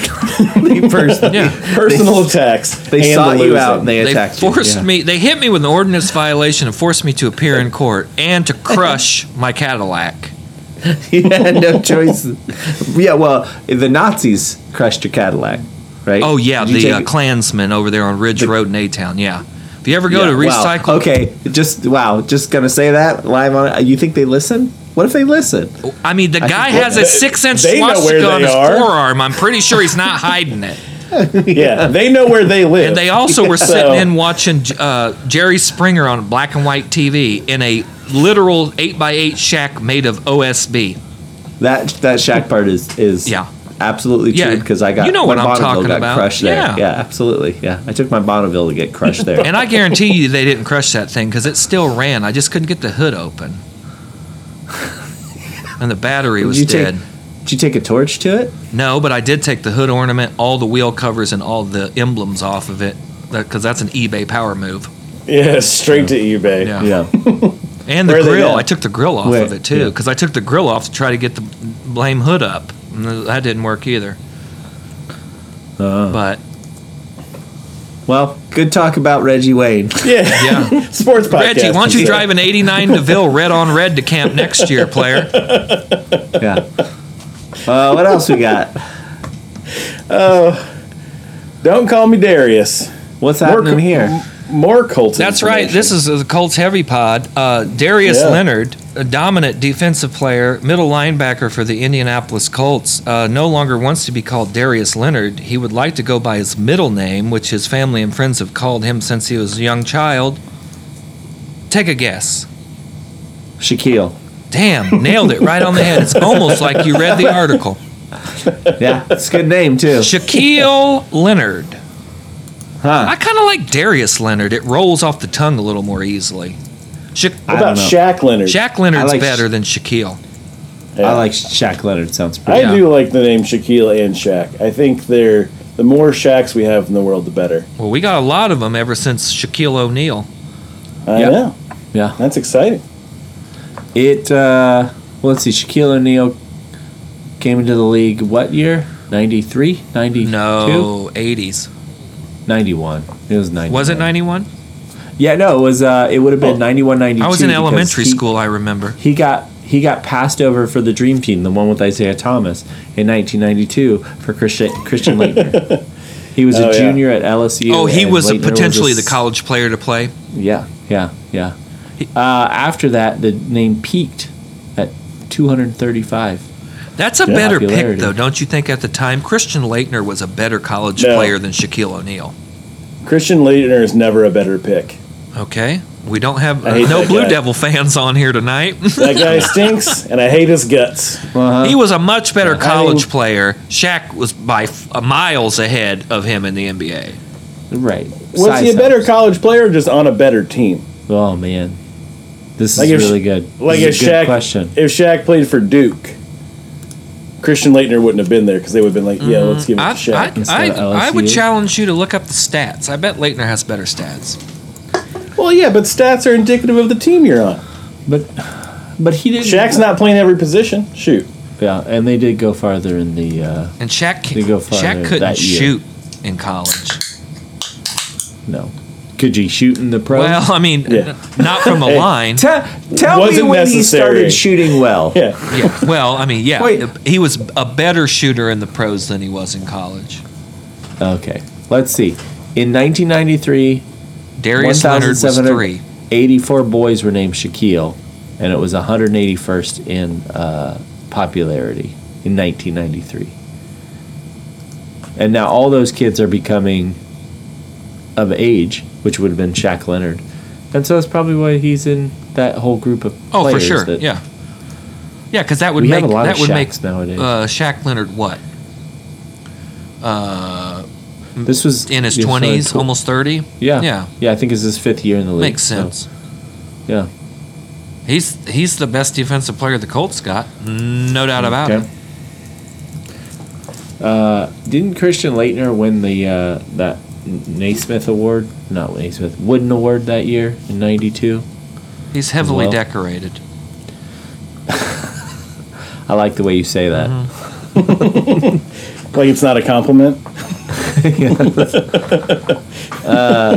Speaker 1: Personally,
Speaker 2: Yeah.
Speaker 3: Personal attacks.
Speaker 1: they
Speaker 3: and
Speaker 1: sought
Speaker 3: the
Speaker 1: you
Speaker 3: losing.
Speaker 1: out and they
Speaker 2: They
Speaker 1: attacked you.
Speaker 2: forced
Speaker 1: Yeah.
Speaker 2: me. They hit me with an ordinance violation and forced me to appear in court and to crush my Cadillac.
Speaker 1: you had no choice. Yeah, well, the Nazis crushed your Cadillac, right?
Speaker 2: Oh yeah,
Speaker 1: Did you
Speaker 2: the uh,
Speaker 1: take-
Speaker 2: Klansmen over there on Ridge Road in A Town. Yeah, if you ever go
Speaker 1: Yeah,
Speaker 2: to
Speaker 1: wow.
Speaker 2: recycle,
Speaker 1: Okay, just wow, just gonna say that live on. You think they listen? What if they listen?
Speaker 2: I mean, the guy has a six-inch
Speaker 3: they know where
Speaker 2: swastika on
Speaker 3: they
Speaker 2: his
Speaker 3: are.
Speaker 2: forearm. I'm pretty sure he's not hiding it.
Speaker 3: Yeah, they know where they live.
Speaker 2: And they also were sitting
Speaker 3: So-
Speaker 2: in watching uh, Jerry Springer on black and white TV in a literal 8x8 shack made of OSB.
Speaker 1: That that shack part is is
Speaker 2: Yeah.
Speaker 1: absolutely
Speaker 2: Yeah,
Speaker 1: true because I got
Speaker 2: you know
Speaker 1: my
Speaker 2: what I'm
Speaker 1: Bonneville
Speaker 2: talking
Speaker 1: got
Speaker 2: about.
Speaker 1: crushed
Speaker 2: Yeah.
Speaker 1: there. Yeah, absolutely. Yeah, I took my Bonneville to get crushed there.
Speaker 2: And I guarantee you they didn't crush that thing because it still ran. I just couldn't get the hood open. And the battery was
Speaker 1: you
Speaker 2: dead.
Speaker 1: Take, did you take a torch to it?
Speaker 2: no, but I did take the hood ornament, all the wheel covers, and all the emblems off of it because that's an eBay power move.
Speaker 3: yeah, straight to eBay.
Speaker 2: Yeah.
Speaker 1: Yeah.
Speaker 2: And the
Speaker 3: Where are they
Speaker 2: grill.
Speaker 3: at?
Speaker 2: I took the grill off
Speaker 1: Where?
Speaker 2: of it too,
Speaker 1: Yeah.
Speaker 2: because I took the grill off to try to get the blame hood up. And that didn't work either.
Speaker 3: Uh.
Speaker 2: But
Speaker 1: Well, good talk about Reggie Wayne.
Speaker 3: Yeah.
Speaker 2: yeah,
Speaker 3: Sports podcast.
Speaker 2: Reggie, why don't you
Speaker 3: Yeah.
Speaker 2: drive an '89 DeVille red on red to camp next year, player?
Speaker 1: Yeah. Uh, what else we got?
Speaker 3: Don't call me Darius.
Speaker 1: What's
Speaker 3: More
Speaker 1: happening
Speaker 3: co-
Speaker 1: here?
Speaker 3: More Colts.
Speaker 2: That's right.
Speaker 3: information.
Speaker 2: This is the Colts heavy pod. Uh, Darius
Speaker 3: Yeah.
Speaker 2: Leonard, a dominant defensive player, middle linebacker for the Indianapolis Colts, uh, no longer wants to be called Darius Leonard. He would like to go by his middle name, which his family and friends have called him since he was a young child. Take a guess.
Speaker 1: Shaquille.
Speaker 2: Damn, nailed it right on the head. It's almost like you read the article.
Speaker 1: Yeah, it's a good name too.
Speaker 2: Shaquille Leonard.
Speaker 1: Huh?
Speaker 2: I kind of like Darius Leonard. It rolls off the tongue a little more easily. Sha-
Speaker 1: I
Speaker 3: What about
Speaker 1: don't know.
Speaker 3: Shaq Leonard?
Speaker 2: Shaq Leonard's
Speaker 1: I like-
Speaker 2: better than Shaquille.
Speaker 3: Yeah.
Speaker 1: I like Shaq Leonard. Sounds pretty.
Speaker 3: I
Speaker 2: Yeah.
Speaker 3: do like the name Shaquille and Shaq. I think they're the more Shaqs we have in the world, the better.
Speaker 2: Well, we got a lot of them ever since Shaquille O'Neal.
Speaker 3: I
Speaker 1: Yeah.
Speaker 3: know.
Speaker 1: Yeah.
Speaker 3: That's exciting.
Speaker 1: It. uh well, Let's see. Shaquille O'Neal came into the league what year? 93? 92?
Speaker 2: No, 80s.
Speaker 1: 91. It was 91.
Speaker 2: Was it 91?
Speaker 1: Yeah, no, it was. Uh, it would have been 91, 92.
Speaker 2: I was in
Speaker 1: because
Speaker 2: elementary
Speaker 1: he-
Speaker 2: school, I remember.
Speaker 1: He got he got passed over for the Dream Team, the one with Isaiah Thomas, in 1992 for Christian Christian Leitner. He was
Speaker 3: Oh,
Speaker 1: a
Speaker 3: yeah.
Speaker 1: junior at LSU.
Speaker 2: Oh, he
Speaker 1: and
Speaker 2: was a
Speaker 1: Leitner
Speaker 2: potentially
Speaker 1: s-
Speaker 2: the college player to play.
Speaker 1: Yeah, yeah, yeah. Uh, after that, the name peaked at 235.
Speaker 2: That's a
Speaker 3: Yeah.
Speaker 2: better pick,
Speaker 1: Popularity.
Speaker 2: though, don't you think? At the time, Christian Leitner was a better college
Speaker 3: No.
Speaker 2: player than Shaquille O'Neal.
Speaker 3: Christian Leitner is never a better pick.
Speaker 2: Okay, we don't have
Speaker 3: I hate
Speaker 2: no
Speaker 3: that
Speaker 2: Blue
Speaker 3: guy.
Speaker 2: Devil fans on here tonight.
Speaker 3: That guy stinks, and I hate his guts.
Speaker 1: Uh,
Speaker 2: he was a much better
Speaker 3: mean-
Speaker 2: college player. Shaq was by f- uh, miles ahead of him in the NBA.
Speaker 1: Right.
Speaker 3: Was he a better college player or just on a better team?
Speaker 1: Oh man, this is
Speaker 3: Like if-
Speaker 1: really good.
Speaker 3: Like
Speaker 1: this
Speaker 3: if
Speaker 1: is a good
Speaker 3: Shaq,
Speaker 1: question.
Speaker 3: if Shaq played for Duke, Christian Leitner wouldn't have been there because they would have been like, "Yeah, let's give it
Speaker 2: Mm-hmm. I,
Speaker 3: to Shaq."
Speaker 2: I,
Speaker 1: instead
Speaker 2: I,
Speaker 1: of
Speaker 2: I would
Speaker 1: LSU.
Speaker 2: challenge you to look up the stats. I bet Leitner has better stats.
Speaker 3: well, yeah, but stats are indicative of the team you're on.
Speaker 1: But he didn't.
Speaker 3: Shaq's not playing every position. Shoot,
Speaker 1: Yeah, and they did go farther in the. Uh,
Speaker 2: And Shaq,
Speaker 1: They go farther
Speaker 2: Shaq couldn't
Speaker 1: that year.
Speaker 2: shoot in college.
Speaker 1: no, could you shoot in the pros?
Speaker 2: Well, I mean,
Speaker 3: Yeah.
Speaker 2: not from a line.
Speaker 1: Te- tell me
Speaker 3: Wasn't
Speaker 1: when he
Speaker 3: necessary.
Speaker 1: started shooting well.
Speaker 3: yeah,
Speaker 2: Yeah. Well, I mean, yeah,
Speaker 1: Wait.
Speaker 2: he was a better shooter in the pros than he was in college.
Speaker 1: Okay, let's see. In 1993,
Speaker 2: Darius Leonard was
Speaker 1: 1,700
Speaker 2: three.
Speaker 1: 84 boys were named Shaquille, and it was 181st in uh, popularity in 1993. And now all those kids are becoming of age, which would have been Shaq Leonard. And so that's probably why he's in that whole group of
Speaker 2: Oh, for
Speaker 1: players
Speaker 2: sure.
Speaker 1: that-
Speaker 2: yeah. Yeah, because that would
Speaker 1: We
Speaker 2: make
Speaker 1: have a lot
Speaker 2: that
Speaker 1: of
Speaker 2: would make
Speaker 1: Shaqs nowadays.
Speaker 2: uh, Shaq Leonard what? Uh,
Speaker 1: This was
Speaker 2: in his
Speaker 1: this was like
Speaker 2: twenties,
Speaker 1: tw-
Speaker 2: almost thirty.
Speaker 1: Yeah,
Speaker 2: yeah.
Speaker 1: yeah, I think it's his fifth year in the league.
Speaker 2: Makes
Speaker 1: so,
Speaker 2: sense.
Speaker 1: yeah.
Speaker 2: He's he's the best defensive player the Colts got, no doubt about
Speaker 1: Mm, Okay.
Speaker 2: it.
Speaker 1: Uh, didn't Christian Leitner win the uh, that Naismith Award? Not Naismith Wooden Award that year in '92.
Speaker 2: He's heavily
Speaker 1: Well.
Speaker 2: decorated.
Speaker 1: I like the way you say that.
Speaker 3: like it's not a compliment.
Speaker 2: well,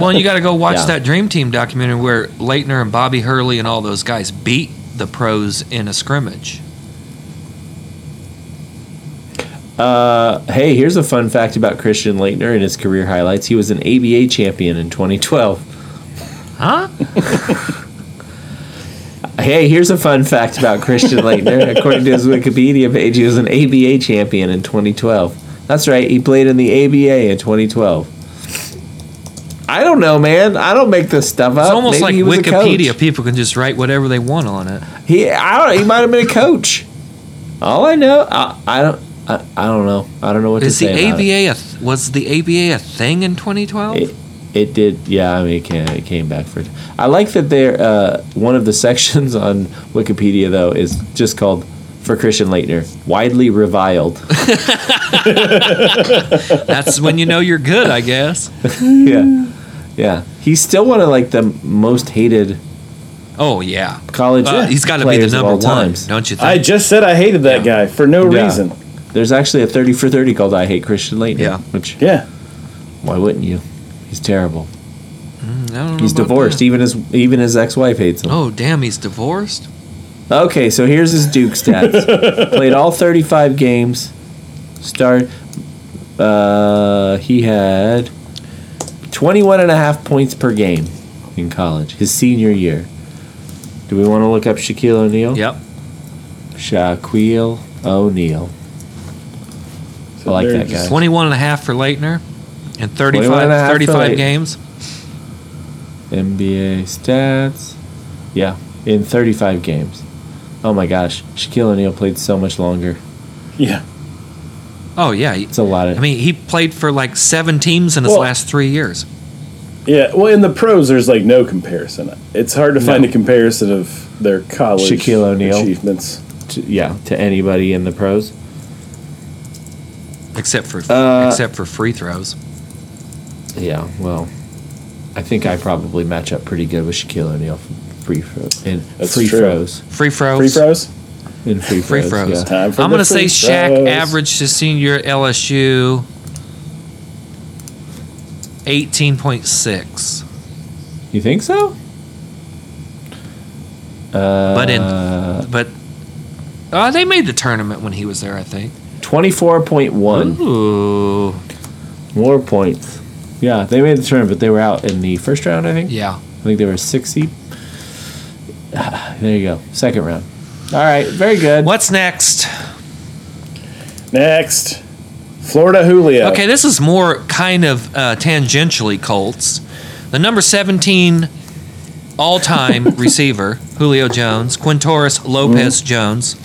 Speaker 2: and you got to go watch
Speaker 1: Yeah.
Speaker 2: that Dream Team documentary where Leitner and Bobby Hurley and all those guys beat the pros in a scrimmage.
Speaker 1: Uh, hey, here's a fun fact about Christian Leitner and his career highlights. He was an ABA champion in 2012.
Speaker 2: Huh?
Speaker 1: Hey, here's a fun fact about Christian Leitner. According to his Wikipedia page, he was an ABA champion in 2012. That's right, he played in the ABA in 2012. I don't know, man. I don't make this stuff up.
Speaker 2: It's almost
Speaker 1: Maybe he was a
Speaker 2: like
Speaker 1: coach.
Speaker 2: Wikipedia. People can just write whatever they want on it.
Speaker 1: He, I don't. He might have been a coach. All I know, I, I don't, I, I don't know. I don't know what
Speaker 2: Is
Speaker 1: to
Speaker 2: the
Speaker 1: say. about
Speaker 2: ABA a th- was the ABA a thing in 2012?
Speaker 1: It, it did, yeah. I mean, it came, it came back for. I like that there. Uh, one of the sections on Wikipedia though is just called for Christian Leitner, widely reviled.
Speaker 2: That's when you know you're good, I guess.
Speaker 1: yeah, yeah. He's still one of like the most hated
Speaker 2: Oh yeah,
Speaker 1: college.
Speaker 2: Uh, he's got to be the
Speaker 1: players of
Speaker 2: number
Speaker 1: all
Speaker 2: one,
Speaker 1: times.
Speaker 2: don't you think?
Speaker 3: I just said I hated that guy for no
Speaker 1: Yeah.
Speaker 3: reason.
Speaker 1: There's actually a thirty for thirty called "I Hate Christian Leitner."
Speaker 2: Yeah.
Speaker 1: Which
Speaker 3: Yeah,
Speaker 1: why wouldn't you? He's terrible.
Speaker 2: I don't know
Speaker 1: He's
Speaker 2: about
Speaker 1: divorced.
Speaker 2: that.
Speaker 1: Even his even his ex wife hates him.
Speaker 2: Oh damn, he's divorced.
Speaker 1: Okay, so here's his Duke stats. Played all 35 games. Start. Uh, he had 21 and a half points per game in college, his senior year. Do we want to look up Shaquille O'Neal?
Speaker 2: Yep.
Speaker 1: Shaquille O'Neal. I like
Speaker 3: they're
Speaker 1: that guy.
Speaker 3: just-
Speaker 2: 21 and a half for Leitner and
Speaker 1: 21
Speaker 2: 35,
Speaker 1: and a half for
Speaker 2: 35
Speaker 1: Leitner.
Speaker 2: games.
Speaker 1: NBA stats. Yeah, in 35 games. Oh my gosh, Shaquille O'Neal played so much longer.
Speaker 3: Yeah.
Speaker 2: Oh yeah, he-
Speaker 1: It's a lot of.
Speaker 2: I mean he played for like seven teams in his
Speaker 3: Well-
Speaker 2: last three years.
Speaker 3: Yeah. Well, in the pros, there's like no comparison. It's hard to find a comparison of their college
Speaker 1: Shaquille O'Neal.
Speaker 3: achievements.
Speaker 1: to, yeah, to anybody in the pros.
Speaker 2: Except for
Speaker 1: Uh,
Speaker 2: except for free throws.
Speaker 1: Yeah, well, I think I probably match up pretty good with Shaquille O'Neal f- free throw in
Speaker 3: That's
Speaker 1: free
Speaker 3: true.
Speaker 1: throws
Speaker 2: Free throws.
Speaker 3: Free throws.
Speaker 1: in free
Speaker 2: Free
Speaker 1: throws.
Speaker 2: throws.
Speaker 1: yeah.
Speaker 3: Time for
Speaker 2: I'm
Speaker 3: the
Speaker 2: gonna say
Speaker 3: free
Speaker 2: Shaq
Speaker 3: throws.
Speaker 2: averaged his senior year at LSU eighteen point six.
Speaker 1: You think so? Uh,
Speaker 2: But in but uh, they made the tournament when he was there, I think.
Speaker 1: 24.1
Speaker 2: Ooh.
Speaker 1: more points. Yeah, they made the turn, but they were out in the first round. I think.
Speaker 2: Yeah.
Speaker 1: I think they were six seed. Ah, There you go. Second round. All right. Very good.
Speaker 2: What's next?
Speaker 3: Next, Florida Julio.
Speaker 2: Okay, this is more kind of uh, tangentially Colts. The number 17 all time receiver, Julio Jones, Quintoris Lopez
Speaker 1: Mm-hmm.
Speaker 2: Jones,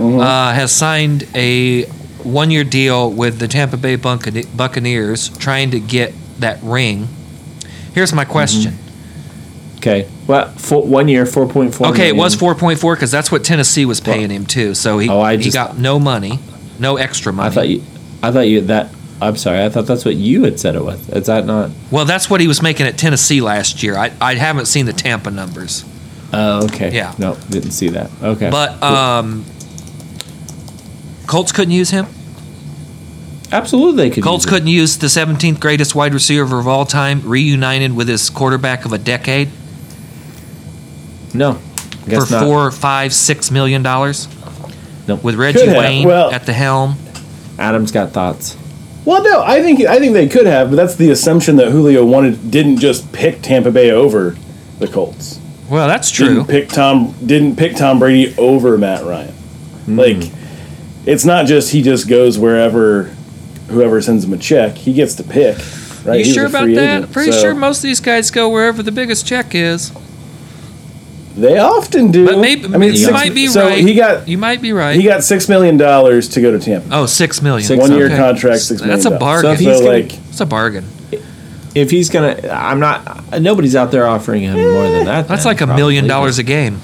Speaker 2: uh, has signed a one year deal with the Tampa Bay Buncane- Buccaneers trying to get that ring. Here's
Speaker 1: Mm-hmm.
Speaker 2: my question.
Speaker 1: Okay. Well, four, one year, four point four.
Speaker 2: Okay, it was 4.4 because that's what Tennessee was paying him, too. So he,
Speaker 1: Oh, I
Speaker 2: he
Speaker 1: just-
Speaker 2: got no money, no extra money.
Speaker 1: I thought you. I thought you that. I'm sorry. I thought that's what you had said it was. Is that not?
Speaker 2: Well, that's what he was making at Tennessee last year. I, I haven't seen the Tampa numbers,
Speaker 1: Oh, okay.
Speaker 2: Uh, Yeah.
Speaker 1: No, didn't see that. Okay.
Speaker 2: but um, Colts couldn't use him.
Speaker 1: absolutely, they could.
Speaker 2: Colts
Speaker 1: use it.
Speaker 2: couldn't use the 17th greatest wide receiver of all time, reunited with his quarterback of a decade
Speaker 1: No. Guess
Speaker 2: for
Speaker 1: not.
Speaker 2: four, five, six million dollars.
Speaker 1: Nope.
Speaker 2: With Reggie
Speaker 3: Could have.
Speaker 2: Wayne
Speaker 3: Well-
Speaker 2: at the helm.
Speaker 1: Adam's got thoughts.
Speaker 3: Well, no, I think I think they could have, but that's the assumption that Julio wanted didn't just pick Tampa Bay over the Colts.
Speaker 2: Well, that's
Speaker 3: Didn't pick Tom didn't pick Tom Brady over Matt Ryan.
Speaker 2: Hmm.
Speaker 3: Like it's not just he just goes wherever whoever sends him a check, he gets to pick. Right?
Speaker 2: you
Speaker 3: He was
Speaker 2: sure
Speaker 3: a
Speaker 2: about
Speaker 3: free
Speaker 2: that?
Speaker 3: agent,
Speaker 2: Pretty
Speaker 3: so-
Speaker 2: sure most of these guys go wherever the biggest check is.
Speaker 3: they often do.
Speaker 2: But maybe you
Speaker 3: six-
Speaker 2: might be
Speaker 3: so
Speaker 2: right.
Speaker 3: he got
Speaker 2: You might be right.
Speaker 3: he got six million dollars to go to Tampa.
Speaker 2: oh, six million.
Speaker 1: Six-
Speaker 3: One year
Speaker 2: okay.
Speaker 3: contract, six million.
Speaker 2: That's a bargain.
Speaker 1: So if he's
Speaker 3: So
Speaker 1: gonna-
Speaker 3: like
Speaker 2: It's a bargain.
Speaker 1: If he's gonna, I'm not. Nobody's out there offering him more than that.
Speaker 2: That's
Speaker 1: then,
Speaker 2: like a million
Speaker 1: probably.
Speaker 2: dollars a game.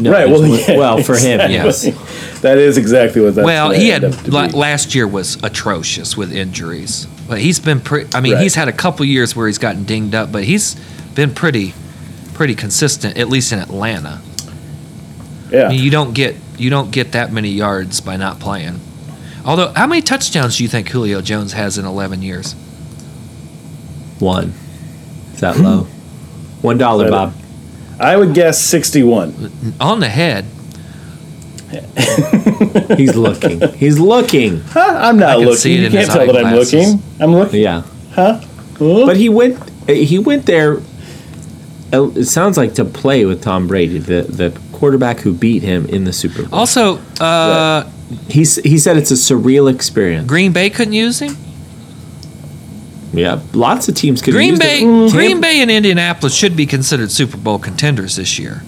Speaker 1: No,
Speaker 3: Right, well,
Speaker 1: there's-
Speaker 3: yeah,
Speaker 1: well, for him,
Speaker 2: exactly.
Speaker 1: yes.
Speaker 3: that is exactly what that's
Speaker 2: well,
Speaker 3: gonna
Speaker 2: he
Speaker 3: end up
Speaker 2: had
Speaker 3: to
Speaker 2: la-
Speaker 3: be.
Speaker 2: last year was atrocious with injuries, but he's been pretty. I mean,
Speaker 3: Right.
Speaker 2: he's had a couple years where he's gotten dinged up, but he's been pretty, pretty consistent. At least in Atlanta, I
Speaker 3: yeah.
Speaker 2: mean, you don't get you don't get that many yards by not playing. Although, how many touchdowns do you think Julio Jones has in 11 years?
Speaker 1: One. Is that low? One dollar,
Speaker 3: Right.
Speaker 1: Bob.
Speaker 3: I would guess 61.
Speaker 2: On the head,
Speaker 1: He's looking. He's looking.
Speaker 3: Huh? I'm not
Speaker 2: I can
Speaker 3: looking.
Speaker 2: see it
Speaker 3: you
Speaker 2: in
Speaker 3: can't
Speaker 2: his
Speaker 3: tell that I'm
Speaker 2: eyeglasses.
Speaker 3: looking. I'm looking.
Speaker 1: Yeah.
Speaker 3: Huh?
Speaker 1: But he went. He went there. uh, It sounds like to play with Tom Brady, the the quarterback who beat him in the Super Bowl.
Speaker 2: also, uh,
Speaker 1: He s- he said it's a surreal experience.
Speaker 2: Green Bay couldn't use him.
Speaker 1: Yeah, lots of teams could.
Speaker 2: Green
Speaker 1: use
Speaker 2: Bay,
Speaker 3: Mm-hmm.
Speaker 1: Them.
Speaker 2: Green
Speaker 1: Tampa,
Speaker 2: Bay, and Indianapolis should be considered Super Bowl contenders this year.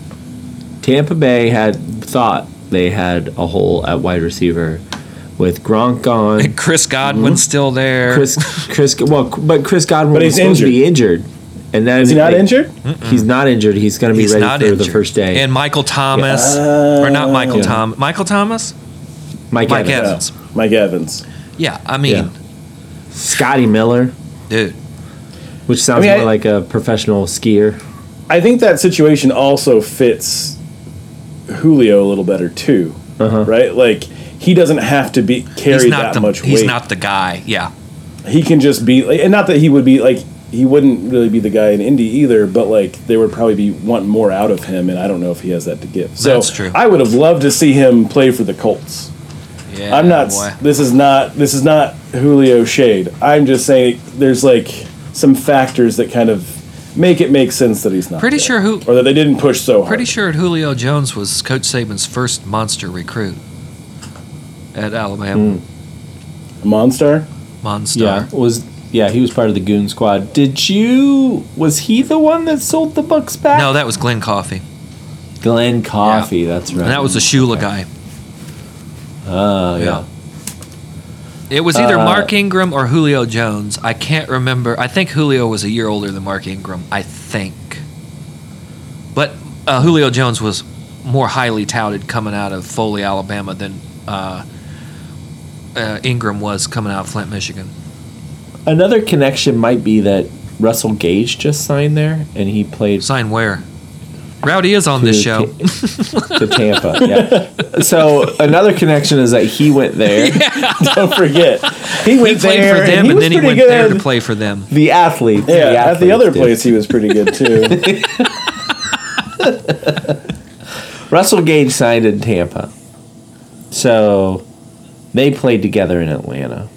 Speaker 1: Tampa Bay had thought they had a hole at wide receiver with Gronk gone.
Speaker 2: And Chris
Speaker 3: Mm-hmm.
Speaker 2: Godwin's still there.
Speaker 1: Chris Chris well, but Chris Godwin
Speaker 3: But
Speaker 1: was
Speaker 3: he's
Speaker 1: supposed to be injured, and then
Speaker 3: Is he not injured?
Speaker 1: He's not injured. He's going to be
Speaker 2: He's
Speaker 1: ready
Speaker 2: not
Speaker 1: for
Speaker 2: injured.
Speaker 1: the first day.
Speaker 2: And Michael Thomas,
Speaker 3: Uh,
Speaker 2: or not Michael
Speaker 1: Yeah.
Speaker 2: Thomas, Michael Thomas,
Speaker 1: Mike,
Speaker 2: Mike
Speaker 1: Evans.
Speaker 2: Evans.
Speaker 3: Mike Evans.
Speaker 2: Yeah, I mean,
Speaker 1: Scotty Miller,
Speaker 2: dude,
Speaker 1: which sounds
Speaker 3: I mean,
Speaker 1: more
Speaker 3: I-
Speaker 1: like a professional skier.
Speaker 3: I think that situation also fits Julio a little better, too.
Speaker 1: Uh-huh.
Speaker 3: Right? Like, he doesn't have to be
Speaker 2: he's
Speaker 3: carry
Speaker 2: not
Speaker 3: that
Speaker 2: the
Speaker 3: much
Speaker 2: he's
Speaker 3: weight.
Speaker 2: not the guy. Yeah,
Speaker 3: he can just be, like, and not that he would be, like, he wouldn't really be the guy in Indy either, but, like, they would probably be wanting more out of him, and I don't know if he has that to give. So
Speaker 2: That's true.
Speaker 3: I would have loved to see him play for the Colts.
Speaker 2: yeah.
Speaker 3: I'm not.
Speaker 2: boy.
Speaker 3: This is not. This is not Julio shade. I'm just saying there's like some factors that kind of make it make sense that he's not.
Speaker 2: Pretty
Speaker 3: there.
Speaker 2: sure who-
Speaker 3: or that they didn't push so hard.
Speaker 2: Pretty sure Julio Jones was Coach Saban's first monster recruit at Alabama.
Speaker 1: Hmm.
Speaker 3: Monstar.
Speaker 2: Monster.
Speaker 1: Yeah, was Yeah, he was part of the goon squad. Did you? Was he the one that sold the books back?
Speaker 2: No, that was Glenn Coffey.
Speaker 1: Glenn Coffey. That's right.
Speaker 2: And that was the Shula guy.
Speaker 1: Oh yeah.
Speaker 2: Yeah. It was either
Speaker 1: Uh,
Speaker 2: Mark Ingram or Julio Jones. I can't remember. I think Julio was a year older than Mark Ingram. I think. But uh, Julio Jones was more highly touted coming out of Foley, Alabama than uh, uh, Ingram was coming out of Flint, Michigan.
Speaker 1: Another connection might be that Russell Gage just signed there, and he played
Speaker 2: Sign where? Rowdy is on this
Speaker 1: to
Speaker 2: show.
Speaker 1: Ta- to Tampa. Yeah. So another connection is that he went there.
Speaker 3: Don't forget, he
Speaker 2: He
Speaker 3: went
Speaker 2: played
Speaker 3: there
Speaker 2: for them
Speaker 3: and,
Speaker 2: and,
Speaker 3: was
Speaker 2: then he
Speaker 3: pretty
Speaker 2: went
Speaker 3: good.
Speaker 2: there to play for them.
Speaker 1: The athlete.
Speaker 3: Yeah, at the
Speaker 1: athlete
Speaker 3: other
Speaker 1: did.
Speaker 3: place he was pretty good too.
Speaker 1: Russell Gage signed in Tampa. So they played together in Atlanta.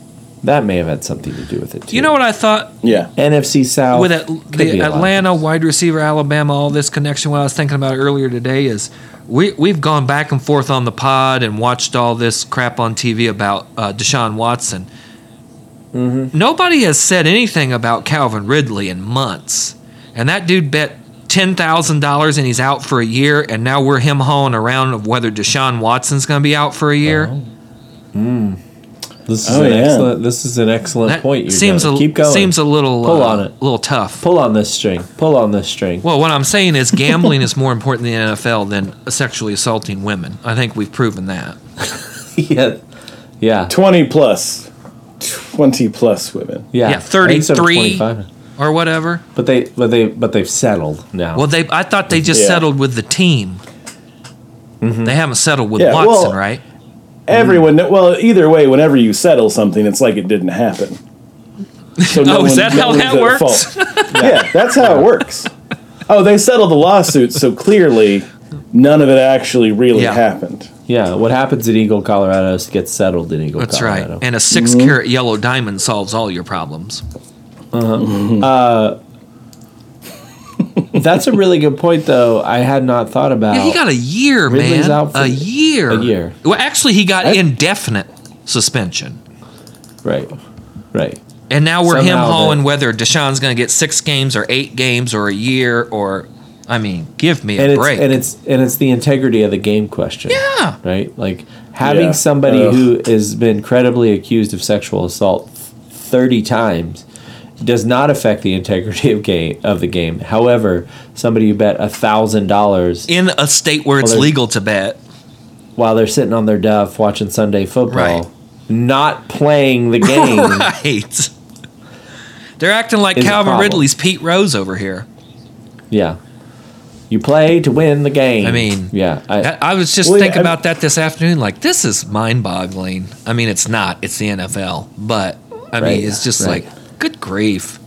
Speaker 1: That may have had something to do with it too.
Speaker 2: You know what I thought
Speaker 3: yeah,
Speaker 1: NFC South
Speaker 2: with at,
Speaker 1: could be
Speaker 2: the
Speaker 1: a lot of
Speaker 2: Atlanta
Speaker 1: things.
Speaker 2: wide receiver, Alabama, all this connection. What I was thinking about earlier today is we we've gone back and forth on the pod and watched all this crap on TV about uh, Deshaun Watson.
Speaker 1: Mm-hmm.
Speaker 2: Nobody has said anything about Calvin Ridley in months, and that dude bet. Ten thousand dollars and he's out for a year, and now we're him hauling around of whether Deshaun Watson's going to be out for a year.
Speaker 1: This is
Speaker 3: Oh,
Speaker 1: an
Speaker 3: yeah.
Speaker 1: excellent. This is an excellent
Speaker 2: that
Speaker 1: point. You're
Speaker 2: seems
Speaker 1: doing.
Speaker 2: a
Speaker 1: keep going.
Speaker 2: seems a little
Speaker 1: Pull
Speaker 2: uh,
Speaker 1: on it.
Speaker 2: little tough.
Speaker 1: Pull on this string. Pull on this string.
Speaker 2: Well, what I'm saying is gambling is more important in the NFL than sexually assaulting women. I think we've proven that.
Speaker 1: yeah, yeah,
Speaker 3: twenty plus, twenty plus women.
Speaker 1: yeah.
Speaker 2: Yeah,
Speaker 1: I think so,
Speaker 2: 33.
Speaker 1: 25.
Speaker 2: Or whatever.
Speaker 1: But they, but they, but they've settled now.
Speaker 2: Well, they I thought they just
Speaker 3: Yeah.
Speaker 2: settled with the team.
Speaker 1: Mm-hmm.
Speaker 2: They haven't settled with
Speaker 3: Yeah,
Speaker 2: Watson,
Speaker 3: well-
Speaker 2: right?
Speaker 3: Everyone, kn- well, either way, whenever you settle something, it's like it didn't happen. So
Speaker 2: Oh, is
Speaker 3: one-
Speaker 2: that how
Speaker 3: one's
Speaker 2: that
Speaker 3: at
Speaker 2: works?
Speaker 3: fault. yeah, that's how it works. Oh, they settled the lawsuit, so clearly none of it actually really
Speaker 2: Yeah.
Speaker 3: happened.
Speaker 1: yeah. What happens in Eagle, Colorado, is gets settled in Eagle,
Speaker 2: That's
Speaker 1: Colorado.
Speaker 2: right. And a 6
Speaker 1: Mm-hmm.
Speaker 2: carat yellow diamond solves all your problems.
Speaker 1: That's a really good point, though. I had not thought about.
Speaker 2: Yeah, he got a year,
Speaker 1: Ridley's
Speaker 2: man.
Speaker 1: out for
Speaker 2: a year.
Speaker 1: a year.
Speaker 2: Well, actually, he got
Speaker 1: That-
Speaker 2: indefinite suspension.
Speaker 1: right, right.
Speaker 2: And now we're him
Speaker 1: Somehow
Speaker 2: hauling
Speaker 1: that-
Speaker 2: whether Deshaun's going to get six games or eight games or a year or, I mean, give me a
Speaker 1: And it's
Speaker 2: break.
Speaker 1: and it's and it's the integrity of the game question.
Speaker 2: Yeah.
Speaker 1: Right. Like having
Speaker 3: Yeah.
Speaker 1: somebody
Speaker 3: Ugh.
Speaker 1: who has been credibly accused of sexual assault thirty times does not affect the integrity of game of the game. However, somebody who bet a thousand dollars
Speaker 2: in a state where it's
Speaker 1: there's-
Speaker 2: legal to bet.
Speaker 1: while they're sitting on their duff watching Sunday football,
Speaker 2: Right.
Speaker 1: not playing the game.
Speaker 2: Right. They're acting like
Speaker 1: Is a
Speaker 2: Calvin
Speaker 1: problem.
Speaker 2: Ridley's Pete Rose over here.
Speaker 1: Yeah. You play to win the game.
Speaker 2: I mean,
Speaker 1: yeah, I,
Speaker 2: That- I was just
Speaker 3: Well, yeah,
Speaker 2: thinking
Speaker 3: I-
Speaker 2: about that this afternoon. Like, this is mind boggling. I mean, it's not, it's the NFL. But, I
Speaker 1: Right,
Speaker 2: mean, it's just
Speaker 1: right.
Speaker 2: like, good grief.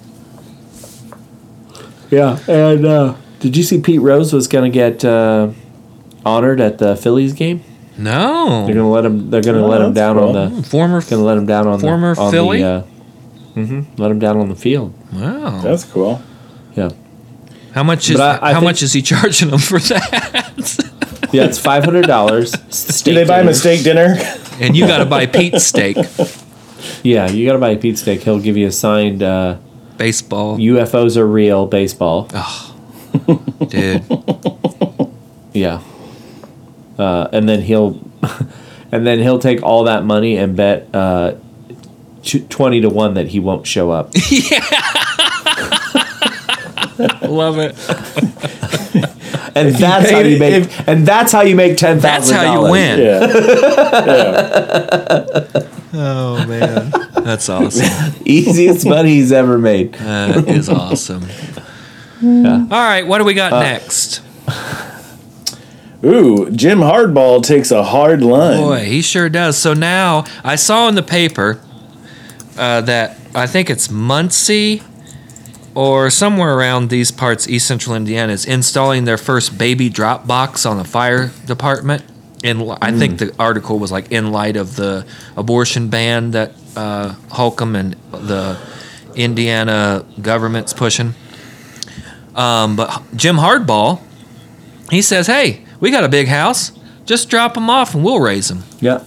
Speaker 1: Yeah, and uh, did you see Pete Rose was going to get uh, honored at the Phillies game? They're
Speaker 2: No.
Speaker 1: going to let him. They're going to
Speaker 3: Oh,
Speaker 1: let him
Speaker 3: that's
Speaker 1: down
Speaker 3: cool.
Speaker 1: on the.
Speaker 2: Former.
Speaker 1: Going to let him down on
Speaker 2: Former
Speaker 1: the, on
Speaker 2: Philly?
Speaker 1: The, uh, mm-hmm, let him down on the field.
Speaker 2: Wow.
Speaker 3: That's cool.
Speaker 1: Yeah,
Speaker 2: How much is
Speaker 1: But I- I
Speaker 2: how
Speaker 1: think-
Speaker 2: much is he charging them for that?
Speaker 1: yeah, it's five hundred dollars.
Speaker 3: Did they buy mistake dinner?
Speaker 2: and you got to buy Pete's steak,
Speaker 1: Yeah, you got to buy a Pete steak. He'll give you a signed uh,
Speaker 2: baseball,
Speaker 1: "UFOs are real" baseball.
Speaker 2: Oh. dude.
Speaker 1: Yeah, uh, and then he'll, and then he'll take all that money and bet uh, tw- twenty to one that he won't show up.
Speaker 2: Love it.
Speaker 1: and that's how
Speaker 3: paid-
Speaker 1: you make
Speaker 3: if-
Speaker 1: and that's how you make ten
Speaker 2: That's
Speaker 1: thousand.
Speaker 2: how you win.
Speaker 3: Yeah. yeah.
Speaker 2: Oh man, that's awesome.
Speaker 1: Easiest money he's ever made.
Speaker 2: That is awesome. All right, what do we got next?
Speaker 3: Ooh, Jim Hardball takes a hard line.
Speaker 2: Boy, he sure does. So now I saw in the paper uh, that I think it's Muncie or somewhere around these parts, East Central Indiana, is installing their first baby drop box on the fire department. In li- I think the article was like in light of the abortion ban that uh, Holcomb and the Indiana government's pushing. Um, but Jim Hardball, he says, "Hey, we got a big house. Just drop them off and we'll raise them."
Speaker 1: Yeah,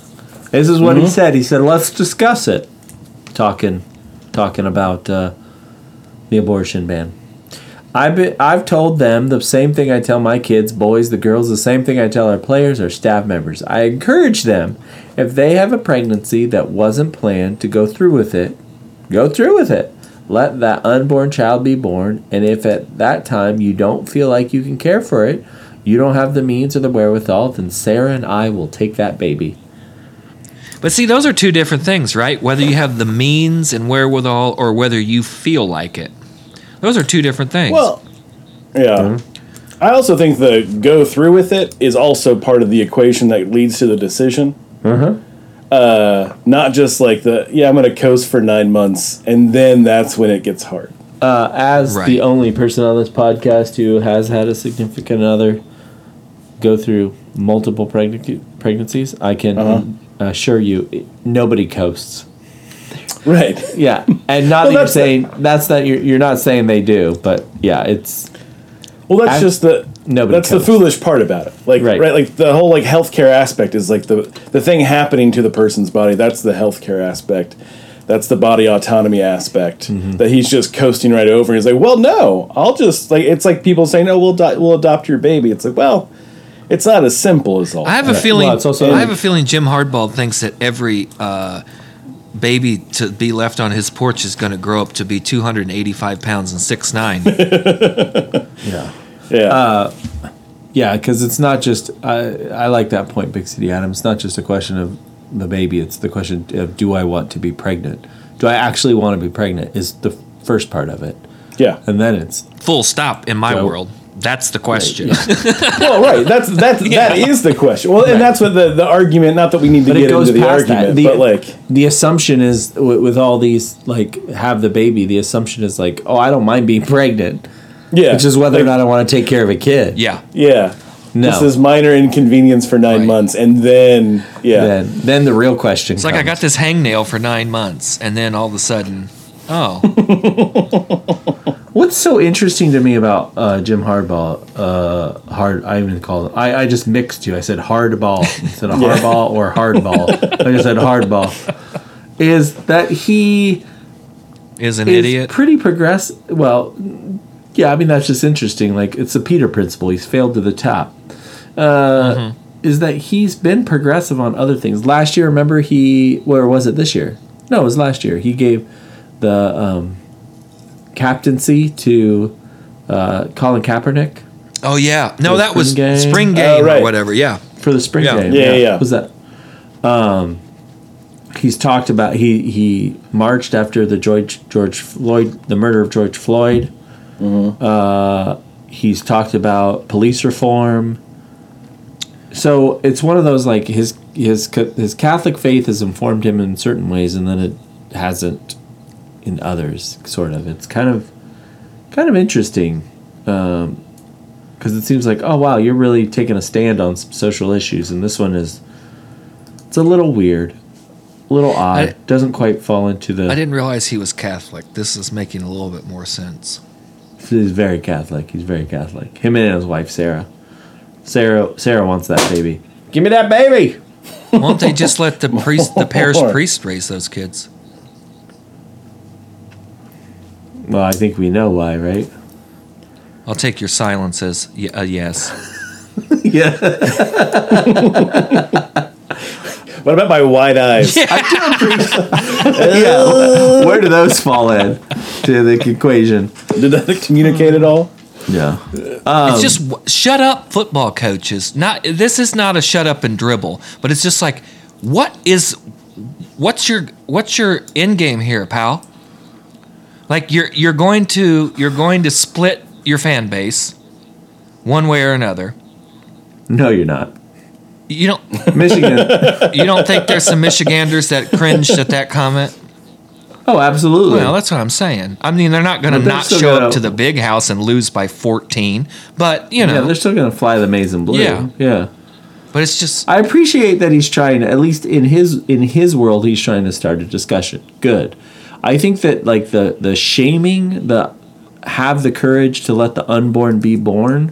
Speaker 1: this is what he said. He said, "Let's discuss it." Talking talking about uh, the abortion ban. I've, been, I've told them the same thing I tell my kids, boys, the girls, the same thing I tell our players, our staff members. I encourage them, if they have a pregnancy that wasn't planned, to go through with it. Go through with it. Let that unborn child be born, and if at that time you don't feel like you can care for it, you don't have the means or the wherewithal, then Sarah and I will take that baby.
Speaker 2: But see, those are two different things, right? Whether you have the means and wherewithal or whether you feel like it. Those are two different things.
Speaker 3: Well, yeah. I also think the go through with it is also part of the equation that leads to the decision. Uh, not just like the yeah, I'm going to coast for nine months, and then that's when it gets hard.
Speaker 1: Uh, as
Speaker 2: Right.
Speaker 1: the only person on this podcast who has had a significant other go through multiple pregna- pregnancies, I can
Speaker 3: Uh-huh.
Speaker 1: assure you it- nobody coasts.
Speaker 3: Right.
Speaker 1: Yeah, and not that you're
Speaker 3: that's the-
Speaker 1: saying that's not you're, you're not saying they do, but yeah, it's
Speaker 3: Well, that's
Speaker 1: I've-
Speaker 3: just the
Speaker 1: Nobody
Speaker 3: That's
Speaker 1: coasts.
Speaker 3: the foolish part about it. Like
Speaker 1: Right.
Speaker 3: right. like the whole like healthcare aspect is like the the thing happening to the person's body. That's the healthcare aspect. That's the body autonomy aspect
Speaker 1: Mm-hmm.
Speaker 3: that he's just coasting right over. He's like, well, no, I'll just like it's like people saying, no, we'll do- we'll adopt your baby. It's like, well, it's not as simple as all.
Speaker 2: I have a
Speaker 3: that.
Speaker 2: feeling.
Speaker 1: Well, it's also-
Speaker 2: I have a feeling Jim Hardball thinks that every uh, baby to be left on his porch is going to grow up to be 285 pounds and six nine.
Speaker 1: yeah.
Speaker 3: yeah.
Speaker 1: uh, Yeah, because it's not just I. I like that point, Big City Adam. It's not just a question of the baby. It's the question of do I want to be pregnant? Do I actually want to be pregnant? Is the first part of it,
Speaker 3: yeah.
Speaker 1: and then it's
Speaker 2: Full stop. In my
Speaker 1: Well-
Speaker 2: world, that's the question.
Speaker 3: Well, Oh, right. That's that's that is the question. Well, and that's what the the argument. Not that we need to
Speaker 1: but
Speaker 3: get
Speaker 1: it goes
Speaker 3: into the
Speaker 1: past
Speaker 3: argument,
Speaker 1: that. The,
Speaker 3: but like
Speaker 1: the assumption is with, with all these like have the baby. The assumption is like oh I don't mind being pregnant,
Speaker 3: yeah,
Speaker 1: which is whether or
Speaker 3: Like,
Speaker 1: not I want to take care of a kid.
Speaker 2: yeah.
Speaker 3: Yeah.
Speaker 1: No.
Speaker 3: Just this minor inconvenience for nine
Speaker 2: Right.
Speaker 3: months, and then yeah,
Speaker 1: Then then the real question.
Speaker 2: It's like I got this hangnail for nine months, and then all of a sudden, oh,
Speaker 1: What's so interesting to me about uh, Jim Hardball? Uh, hard, I even call it. I, I just mixed you. I said hardball instead of hardball or hardball. I just said hardball. Is that he
Speaker 2: is an
Speaker 1: is
Speaker 2: idiot.
Speaker 1: pretty progressive? Well, yeah. I mean, that's just interesting. Like it's the Peter principle. He's failed to the top. Uh,
Speaker 2: Mm-hmm.
Speaker 1: Is that he's been progressive on other things? Last year, remember he? Where was it this year? No, it was last year. He gave the um, captaincy to uh, Colin Kaepernick
Speaker 2: oh yeah.
Speaker 1: The
Speaker 2: No, that was
Speaker 1: spring game.
Speaker 2: spring
Speaker 1: Oh,
Speaker 2: game
Speaker 3: right.
Speaker 2: or whatever. Yeah.
Speaker 1: for the spring
Speaker 2: Yeah.
Speaker 1: game.
Speaker 3: Yeah, yeah, yeah.
Speaker 1: Was that? Um, he's talked about he he marched after the George George Floyd the murder of George Floyd.
Speaker 3: Mm-hmm.
Speaker 1: Uh, he's talked about police reform. So it's one of those like his his ca- his Catholic faith has informed him in certain ways, and then it hasn't in others. Sort of, it's kind of kind of interesting because it seems like oh wow you're really taking a stand on some social issues and this one is it's a little weird a little odd
Speaker 2: I-
Speaker 1: doesn't quite fall into
Speaker 2: I
Speaker 1: the
Speaker 2: didn't realize he was Catholic. This is making a little bit more sense.
Speaker 1: he's very catholic he's very catholic him and his wife sarah sarah sarah wants that baby give me that baby
Speaker 2: Won't they just let the priest, the parish
Speaker 3: Lord.
Speaker 2: priest, raise those kids?
Speaker 1: well i think we know why right
Speaker 2: I'll take your silence as y- a yes.
Speaker 1: yeah
Speaker 3: What about my wide eyes?
Speaker 1: yeah where do those fall in to the equation
Speaker 3: Did that communicate at all?
Speaker 1: yeah Um,
Speaker 2: it's just w- shut up, football coaches. Not this is not a shut up and dribble, but it's just like, what is, what's your what's your end game here, pal? Like you're you're going to you're going to split your fan base, one way or another.
Speaker 1: no you're not
Speaker 2: You don't
Speaker 1: michigan
Speaker 2: you don't think there's some Michiganders that cringed at that comment?
Speaker 1: oh absolutely
Speaker 2: Well, that's what I'm saying. I mean, they're not going to
Speaker 1: But they're
Speaker 2: not
Speaker 1: still
Speaker 2: show
Speaker 1: gonna-
Speaker 2: up to the big house and lose by 14, but you
Speaker 1: yeah
Speaker 2: know,
Speaker 1: they're still gonna fly the maize and blue
Speaker 2: Yeah.
Speaker 1: yeah
Speaker 2: but it's just
Speaker 1: I appreciate that he's trying at least in his in his world he's trying to start a discussion. Good. I think that like the the shaming, the have the courage to let the unborn be born,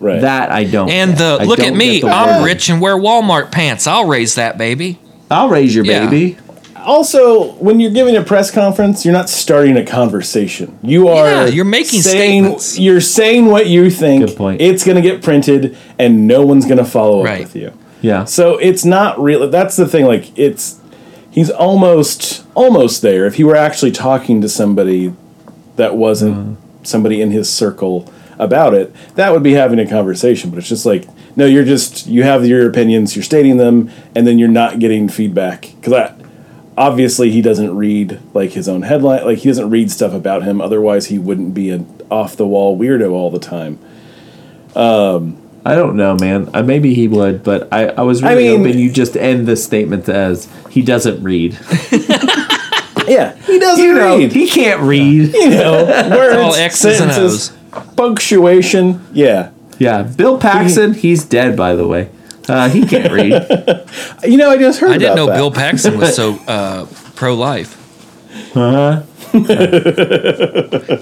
Speaker 3: Right.
Speaker 1: that I don't.
Speaker 2: and
Speaker 1: get.
Speaker 2: the
Speaker 1: I
Speaker 2: look at
Speaker 1: don't
Speaker 2: me,
Speaker 1: get the
Speaker 2: I'm
Speaker 1: word.
Speaker 2: rich and wear Walmart pants. I'll raise that baby.
Speaker 1: I'll raise your
Speaker 2: Yeah.
Speaker 1: baby.
Speaker 3: also, when you're giving a press conference, you're not starting a conversation. You are
Speaker 2: Yeah, you're making
Speaker 3: saying,
Speaker 2: statements.
Speaker 3: You're saying what you think.
Speaker 1: Good point.
Speaker 3: It's going to get printed, and no one's going to follow
Speaker 2: Right.
Speaker 3: up with you.
Speaker 1: Yeah.
Speaker 3: So it's not real. That's the thing. Like it's he's almost almost there. If he were actually talking to somebody that wasn't somebody in his circle about it, that would be having a conversation. But it's just like no, you're just you have your opinions, you're stating them, and then you're not getting feedback because I. Obviously, he doesn't read like his own headline. Like he doesn't read stuff about him. Otherwise, he wouldn't be an off the wall weirdo all the time.
Speaker 1: I don't know, man. Uh, maybe he would, but I, I was really
Speaker 3: mean-
Speaker 1: hoping you just end the statement as he doesn't read.
Speaker 3: Yeah, he doesn't
Speaker 1: You know,
Speaker 3: read.
Speaker 1: he can't read.
Speaker 3: you know, words,
Speaker 2: all X's and
Speaker 3: sentences, punctuation. Yeah,
Speaker 1: Yeah, Bill Paxton, he's dead, by the way. Uh, he can't read.
Speaker 3: you know, I just heard.
Speaker 2: I didn't
Speaker 3: about
Speaker 2: know
Speaker 3: that.
Speaker 2: Bill Paxton was so uh, pro life.
Speaker 1: Uh-huh.
Speaker 2: Huh?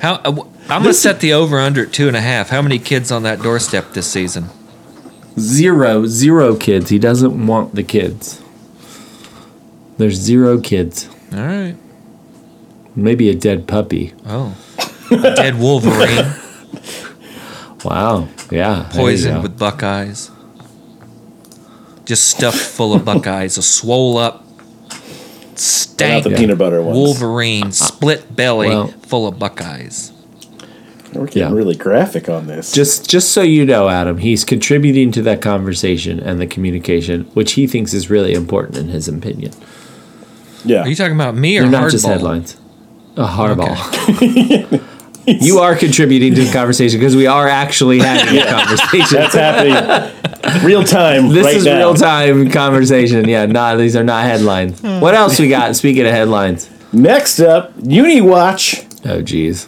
Speaker 2: How, uh, w- I'm gonna set the over under at two and a half. How many kids on that doorstep this season?
Speaker 1: zero, zero kids. He doesn't want the kids. There's zero kids.
Speaker 2: All right.
Speaker 1: Maybe a dead puppy.
Speaker 2: Oh, dead Wolverine
Speaker 1: Wow. Yeah. there you go.
Speaker 2: poisoned with buckeyes. Just stuffed full of buckeyes, a swole up,
Speaker 3: Not
Speaker 2: stank
Speaker 3: the peanut butter ones.
Speaker 2: Wolverine, split belly,
Speaker 1: Ah. Well-
Speaker 2: full of buckeyes.
Speaker 3: We're getting
Speaker 1: Yeah.
Speaker 3: really graphic on this.
Speaker 1: Just just so you know, Adam, he's contributing to that conversation and the communication, which he thinks is really important in his opinion.
Speaker 3: yeah,
Speaker 2: Are you talking about me or
Speaker 1: They're
Speaker 2: hardball?
Speaker 1: not just headlines. A hardball. you are contributing to the conversation because we are actually having a conversation.
Speaker 3: that's happening real time.
Speaker 1: This
Speaker 3: right
Speaker 1: is
Speaker 3: now.
Speaker 1: real time conversation. Yeah, not these are not headlines. What else we got? Speaking of headlines.
Speaker 3: Next up, UniWatch.
Speaker 1: Oh geez.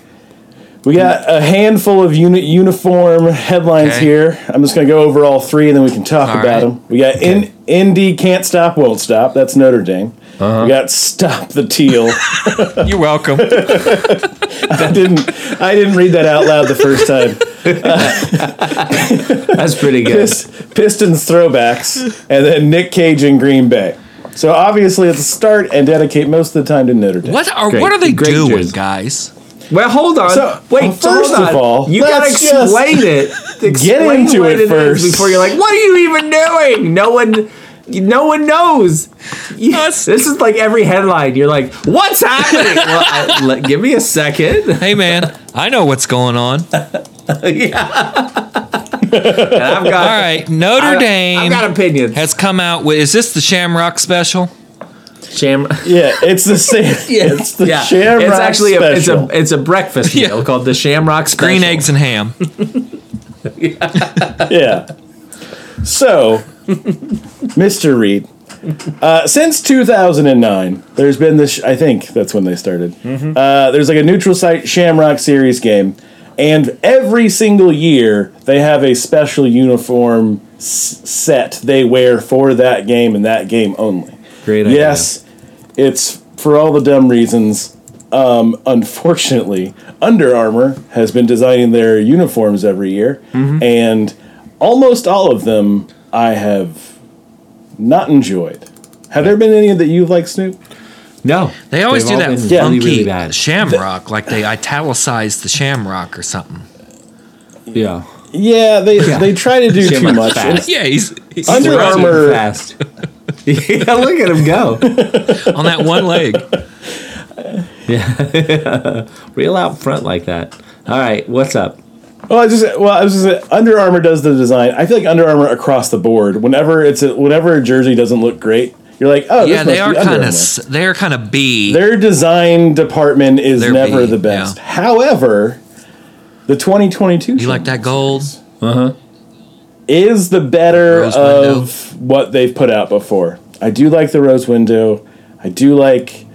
Speaker 3: We got a handful of uni- uniform headlines
Speaker 2: Okay.
Speaker 3: here. I'm just going to go over all three, and then we can talk
Speaker 2: All
Speaker 3: about
Speaker 2: right.
Speaker 3: them. We got in- Indy can't stop, won't stop. That's Notre Dame.
Speaker 2: Uh-huh.
Speaker 3: We got stop the teal.
Speaker 2: You're welcome.
Speaker 3: I didn't. I didn't read that out loud the first time.
Speaker 1: That's pretty good.
Speaker 3: Pist- Pistons throwbacks, and then Nick Cage in Green Bay. So obviously, it's a start and dedicate most of the time to Notre Dame.
Speaker 2: What are
Speaker 1: Great-
Speaker 2: what are they
Speaker 1: great
Speaker 2: doing,
Speaker 1: jersey.
Speaker 2: guys?
Speaker 1: Well hold on.
Speaker 3: So,
Speaker 1: Wait,
Speaker 3: first
Speaker 1: first
Speaker 3: of all,
Speaker 1: you gotta
Speaker 3: let's just
Speaker 1: explain it.
Speaker 3: get
Speaker 1: Explain
Speaker 3: into
Speaker 1: what
Speaker 3: it
Speaker 1: is
Speaker 3: first.
Speaker 1: before you're like, what are you even doing? No one no one knows. Yes. This is like every headline. You're like, what's happening? well, I, let- give me a second.
Speaker 2: Hey man, I know what's going on. All
Speaker 1: yeah. and I've got
Speaker 2: right, Notre Dame
Speaker 1: I've got opinions.
Speaker 2: has come out with is this the Shamrock special?
Speaker 1: Sham-
Speaker 3: Yeah, it's the same. It's the Shamrock
Speaker 1: It's actually a, it's
Speaker 3: special.
Speaker 1: a it's a breakfast
Speaker 2: Yeah.
Speaker 1: meal called the Shamrock Special.
Speaker 2: Green eggs and ham.
Speaker 3: yeah. So, Mr. Reed, uh, since 2009, there's been this. I think that's when they started. Uh, there's like a neutral site Shamrock Series game, and every single year they have a special uniform s- set they wear for that game and that game only.
Speaker 1: Great idea.
Speaker 3: Yes, it's for all the dumb reasons. Um, unfortunately, Under Armour has been designing their uniforms every year, and almost all of them I have not enjoyed. Have there been any that you've liked, Snoop?
Speaker 1: No.
Speaker 2: They always
Speaker 1: They've
Speaker 2: do
Speaker 1: all
Speaker 2: that
Speaker 1: been
Speaker 2: funky
Speaker 1: really, really bad.
Speaker 2: Shamrock, like they italicize the Shamrock or something.
Speaker 1: Yeah.
Speaker 3: Yeah, they they try to do too
Speaker 1: Shamrock's
Speaker 3: much.
Speaker 1: fast.
Speaker 2: Yeah, he's, he's
Speaker 3: Under
Speaker 2: throwing
Speaker 3: Armour- Armor.
Speaker 1: fast. yeah, look at him go.
Speaker 2: on that one leg.
Speaker 1: Real out front like that. All right, what's up?
Speaker 3: Well, I just well, I was just saying, Under Armour does the design. I feel like Under Armour across the board. Whenever it's a, whenever a jersey doesn't look great, you're like, oh,
Speaker 2: Yeah,
Speaker 3: this
Speaker 2: they
Speaker 3: must
Speaker 2: are
Speaker 3: be Under
Speaker 2: kind
Speaker 3: Armour.
Speaker 2: of they are kind of B.
Speaker 3: Their design department is
Speaker 2: Their
Speaker 3: never
Speaker 2: B,
Speaker 3: the best.
Speaker 2: yeah.
Speaker 3: However, the 2022
Speaker 2: You like that gold?
Speaker 3: is the better
Speaker 2: Rose window.
Speaker 3: of what they've put out before. I do like the rose window. I do like.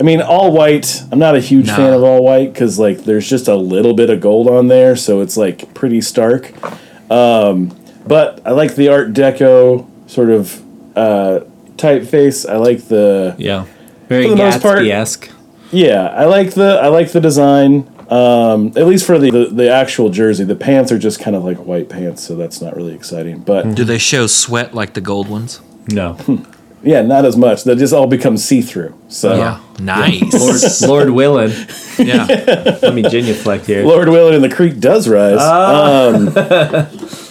Speaker 3: I mean, all white. I'm not a huge
Speaker 2: Nah.
Speaker 3: fan of all white because like there's just a little bit of gold on there, so it's like pretty stark. Um, but I like the Art Deco sort of uh, typeface. I like the
Speaker 1: Yeah. Very
Speaker 3: For the most part-
Speaker 1: Gatsby-esque.
Speaker 3: Yeah, I like the I like the design. Um, at least for the, the the actual jersey, the pants are just kind of
Speaker 2: Hmm.
Speaker 3: like white pants, so that's not really exciting. But
Speaker 2: Do they show sweat like the gold ones?
Speaker 1: No.
Speaker 3: Yeah, not as much. They just all become see through. So
Speaker 2: Yeah. Nice.
Speaker 1: Lord willing,
Speaker 2: yeah.
Speaker 1: let me genuflect here.
Speaker 3: Lord willing and the creek does rise.
Speaker 1: Ah.
Speaker 3: um,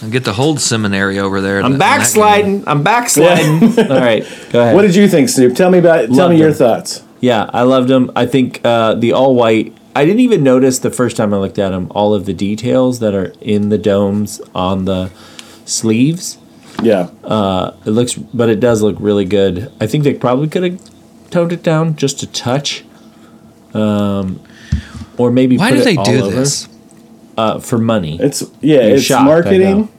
Speaker 2: And get the whole seminary over there.
Speaker 4: I'm
Speaker 2: in that game.
Speaker 4: backsliding. I'm backsliding.
Speaker 1: All right, go ahead.
Speaker 3: Uh, what did you think, Snoop? Tell me about. Tell
Speaker 1: Loved
Speaker 3: me your
Speaker 1: it.
Speaker 3: thoughts.
Speaker 1: Yeah, I loved them. I think uh, the all white. I didn't even notice the first time I looked at them all of the details that are in the domes on the sleeves.
Speaker 3: Yeah,
Speaker 1: Uh, It looks, but it does look really good. I think they probably could have toned it down just a touch, um, or maybe
Speaker 2: Why
Speaker 1: put
Speaker 2: do
Speaker 1: it
Speaker 2: they
Speaker 1: all
Speaker 2: do
Speaker 1: over,
Speaker 2: this?
Speaker 1: uh, for money?
Speaker 3: it's yeah,
Speaker 1: You're
Speaker 3: it's
Speaker 1: shocked, I know.
Speaker 3: marketing.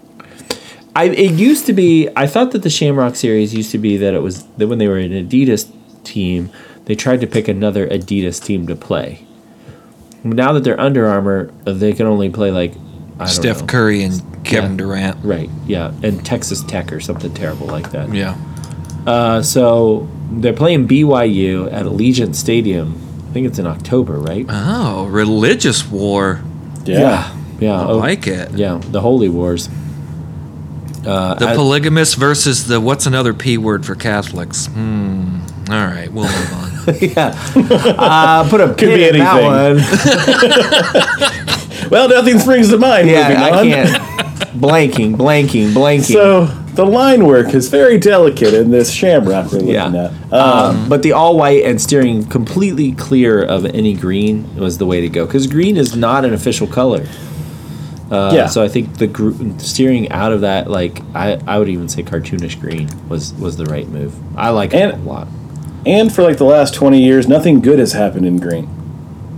Speaker 1: I it used to be I thought that the Shamrock series used to be that it was that when they were an Adidas team, they tried to pick another Adidas team to play. Now that they're Under Armour, they can only play like I don't
Speaker 2: Steph
Speaker 1: know.
Speaker 2: Curry and Kevin Durant.
Speaker 1: Right, yeah, and Texas Tech or something terrible like that.
Speaker 2: Yeah.
Speaker 1: Uh, so they're playing BYU at Allegiant Stadium. I think it's in October, right?
Speaker 2: Oh, religious war.
Speaker 3: Yeah.
Speaker 1: yeah,
Speaker 2: I
Speaker 1: oh,
Speaker 2: like it.
Speaker 1: yeah, the Holy Wars.
Speaker 2: The
Speaker 1: I-
Speaker 2: polygamous versus the what's another P word for Catholics? Hmm. All right, we'll move on.
Speaker 1: yeah, uh, put a
Speaker 3: Could be
Speaker 1: pin in that
Speaker 3: anything.
Speaker 1: one.
Speaker 3: Well, nothing springs to mind.
Speaker 1: Yeah,
Speaker 3: moving
Speaker 1: I
Speaker 3: on.
Speaker 1: can't. blanking, blanking, blanking.
Speaker 3: So the line work is very delicate in this shamrock we're looking
Speaker 1: yeah.
Speaker 3: at. Uh,
Speaker 1: Um, but the all white and steering completely clear of any green was the way to go because green is not an official color. Uh,
Speaker 3: Yeah.
Speaker 1: So I think the gr- steering out of that, like I, I would even say cartoonish green was was the right move. I like it
Speaker 3: And-
Speaker 1: a lot.
Speaker 3: and for like the last twenty years, nothing good has happened in green.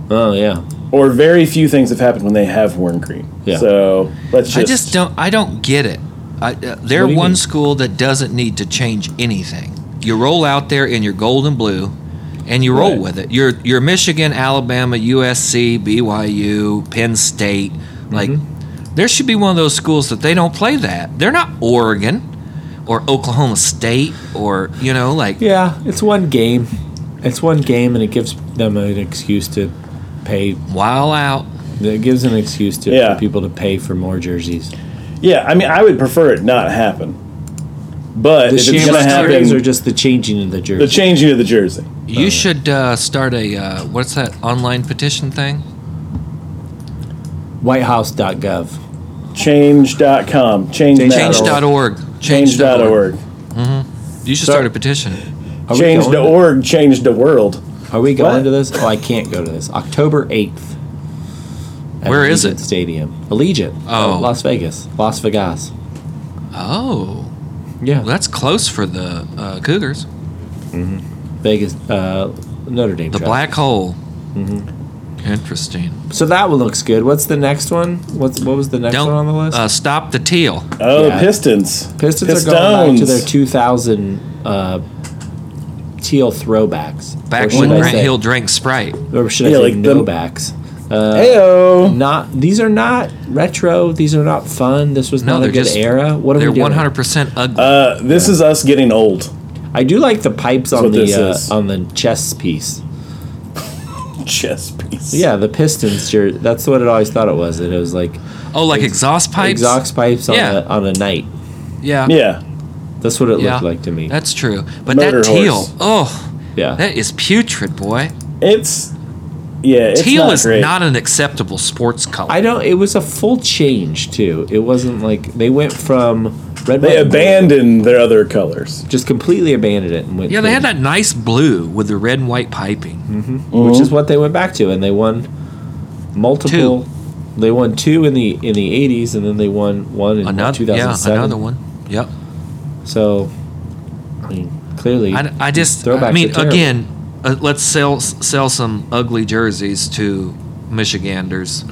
Speaker 1: Oh yeah.
Speaker 3: or very few things have happened when they have worn green.
Speaker 1: Yeah.
Speaker 3: So let's just.
Speaker 2: I just don't. I don't get it. I, uh, they're
Speaker 1: What do you
Speaker 2: one
Speaker 1: mean?
Speaker 2: school that doesn't need to change anything. You roll out there in your gold and blue, and you roll
Speaker 3: Right.
Speaker 2: with it. You're you're Michigan, Alabama, USC, BYU, Penn State. Like
Speaker 1: Mm-hmm.
Speaker 2: there should be one of those schools that they don't play that. They're not Oregon or Oklahoma State or you know like
Speaker 1: Yeah, it's one game. It's one game, and it gives them an excuse to pay.
Speaker 2: while out.
Speaker 1: It gives an excuse to
Speaker 3: Yeah.
Speaker 1: for people to pay for more jerseys.
Speaker 3: yeah, I mean, I would prefer it not happen.
Speaker 1: The
Speaker 3: But if it's going
Speaker 1: Shamrock
Speaker 3: to
Speaker 1: series
Speaker 3: happen,
Speaker 1: or just the changing of the jersey?
Speaker 3: the changing of the jersey.
Speaker 2: You should uh, start a uh, what's that online petition thing?
Speaker 1: Whitehouse.gov.
Speaker 3: Change.com. Change.
Speaker 1: Change dot
Speaker 2: Change.org.
Speaker 3: Change.org.
Speaker 2: You should
Speaker 3: So-
Speaker 2: start a petition.
Speaker 1: Are we
Speaker 3: Change
Speaker 1: going
Speaker 3: the
Speaker 1: to-
Speaker 3: org. Change the world.
Speaker 1: Are we going
Speaker 3: What?
Speaker 1: to this? Oh, I can't go to this. October 8th. at
Speaker 2: Where is
Speaker 1: Allegiant
Speaker 2: it?
Speaker 1: Stadium. Allegiant.
Speaker 2: Oh.
Speaker 1: Las Vegas. Las Vegas.
Speaker 2: Oh,
Speaker 1: Yeah.
Speaker 2: well, that's close for the uh, Cougars.
Speaker 1: Vegas. Uh, Notre Dame.
Speaker 2: The
Speaker 1: Track.
Speaker 2: black hole.
Speaker 1: Mm-hmm.
Speaker 2: Interesting.
Speaker 1: So that one looks good. What's the next one? What's, what was the next
Speaker 2: Don't
Speaker 1: one on the list?
Speaker 2: Uh, stop the teal.
Speaker 3: Oh,
Speaker 1: Yeah.
Speaker 3: the Pistons.
Speaker 1: Pistons are going back to their 2000 uh, teal throwbacks.
Speaker 2: Back
Speaker 1: Or
Speaker 2: when
Speaker 1: should I
Speaker 2: Grant
Speaker 1: say-
Speaker 2: Hill drank Sprite.
Speaker 1: Or should I
Speaker 3: Yeah,
Speaker 1: say
Speaker 3: like the-
Speaker 1: no backs?
Speaker 3: Heyo.
Speaker 1: Not these are not retro. These are not fun. This was
Speaker 2: No,
Speaker 1: not a
Speaker 2: they're
Speaker 1: good
Speaker 2: just-
Speaker 1: era. What are
Speaker 2: They're
Speaker 1: we doing?
Speaker 2: 100% ugly.
Speaker 3: Uh, this is us getting old.
Speaker 1: I do like the pipes on
Speaker 3: what
Speaker 1: the
Speaker 3: this
Speaker 1: uh,
Speaker 3: is.
Speaker 1: on the chess piece.
Speaker 3: Chess piece.
Speaker 1: Yeah, the Pistons jer- That's what it always thought it was. That it was like
Speaker 2: oh, like exhaust pipes?
Speaker 1: exhaust pipes on
Speaker 2: Yeah.
Speaker 1: a on a night.
Speaker 2: Yeah.
Speaker 3: Yeah.
Speaker 1: That's what it
Speaker 2: Yeah.
Speaker 1: looked like to me.
Speaker 2: That's true. But
Speaker 3: Motor
Speaker 2: that teal,
Speaker 3: horse.
Speaker 2: oh,
Speaker 1: yeah,
Speaker 2: that is putrid, boy.
Speaker 3: It's. Yeah. It's
Speaker 2: teal
Speaker 3: not
Speaker 2: is
Speaker 3: great.
Speaker 2: not an acceptable sports color.
Speaker 1: I don't. It was a full change too. It wasn't like they went from red.
Speaker 3: They
Speaker 1: white, and blue,
Speaker 3: abandoned their other colors.
Speaker 1: Just completely abandoned it and went.
Speaker 2: yeah, they had
Speaker 1: green,
Speaker 2: that nice blue with the red and white
Speaker 1: Mm-hmm.
Speaker 2: piping.
Speaker 1: which
Speaker 3: Mm-hmm.
Speaker 1: is what they went back to, and they won multiple. They won two in the in the eighties, and then they won one in
Speaker 2: Another,
Speaker 1: two
Speaker 2: yeah,
Speaker 1: thousand seven.
Speaker 2: another one. Yep.
Speaker 1: So, I mean, clearly,
Speaker 2: I, I just, I
Speaker 1: Throwbacks
Speaker 2: mean,
Speaker 1: are terrible.
Speaker 2: again, uh, let's sell sell some ugly jerseys to Michiganders.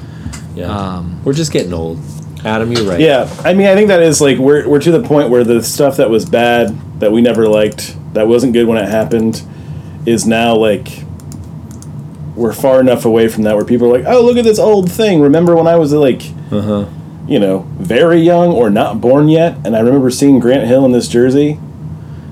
Speaker 1: yeah.
Speaker 2: um,
Speaker 1: we're just getting old. Adam, you're right.
Speaker 3: Yeah, I mean, I think that is like we're we're to the point where the stuff that was bad, that we never liked, that wasn't good when it happened, is now like we're far enough away from that where people are like, oh, look at this old thing. Remember when I was like, you know, very young or not born yet, and I remember seeing Grant Hill in this jersey.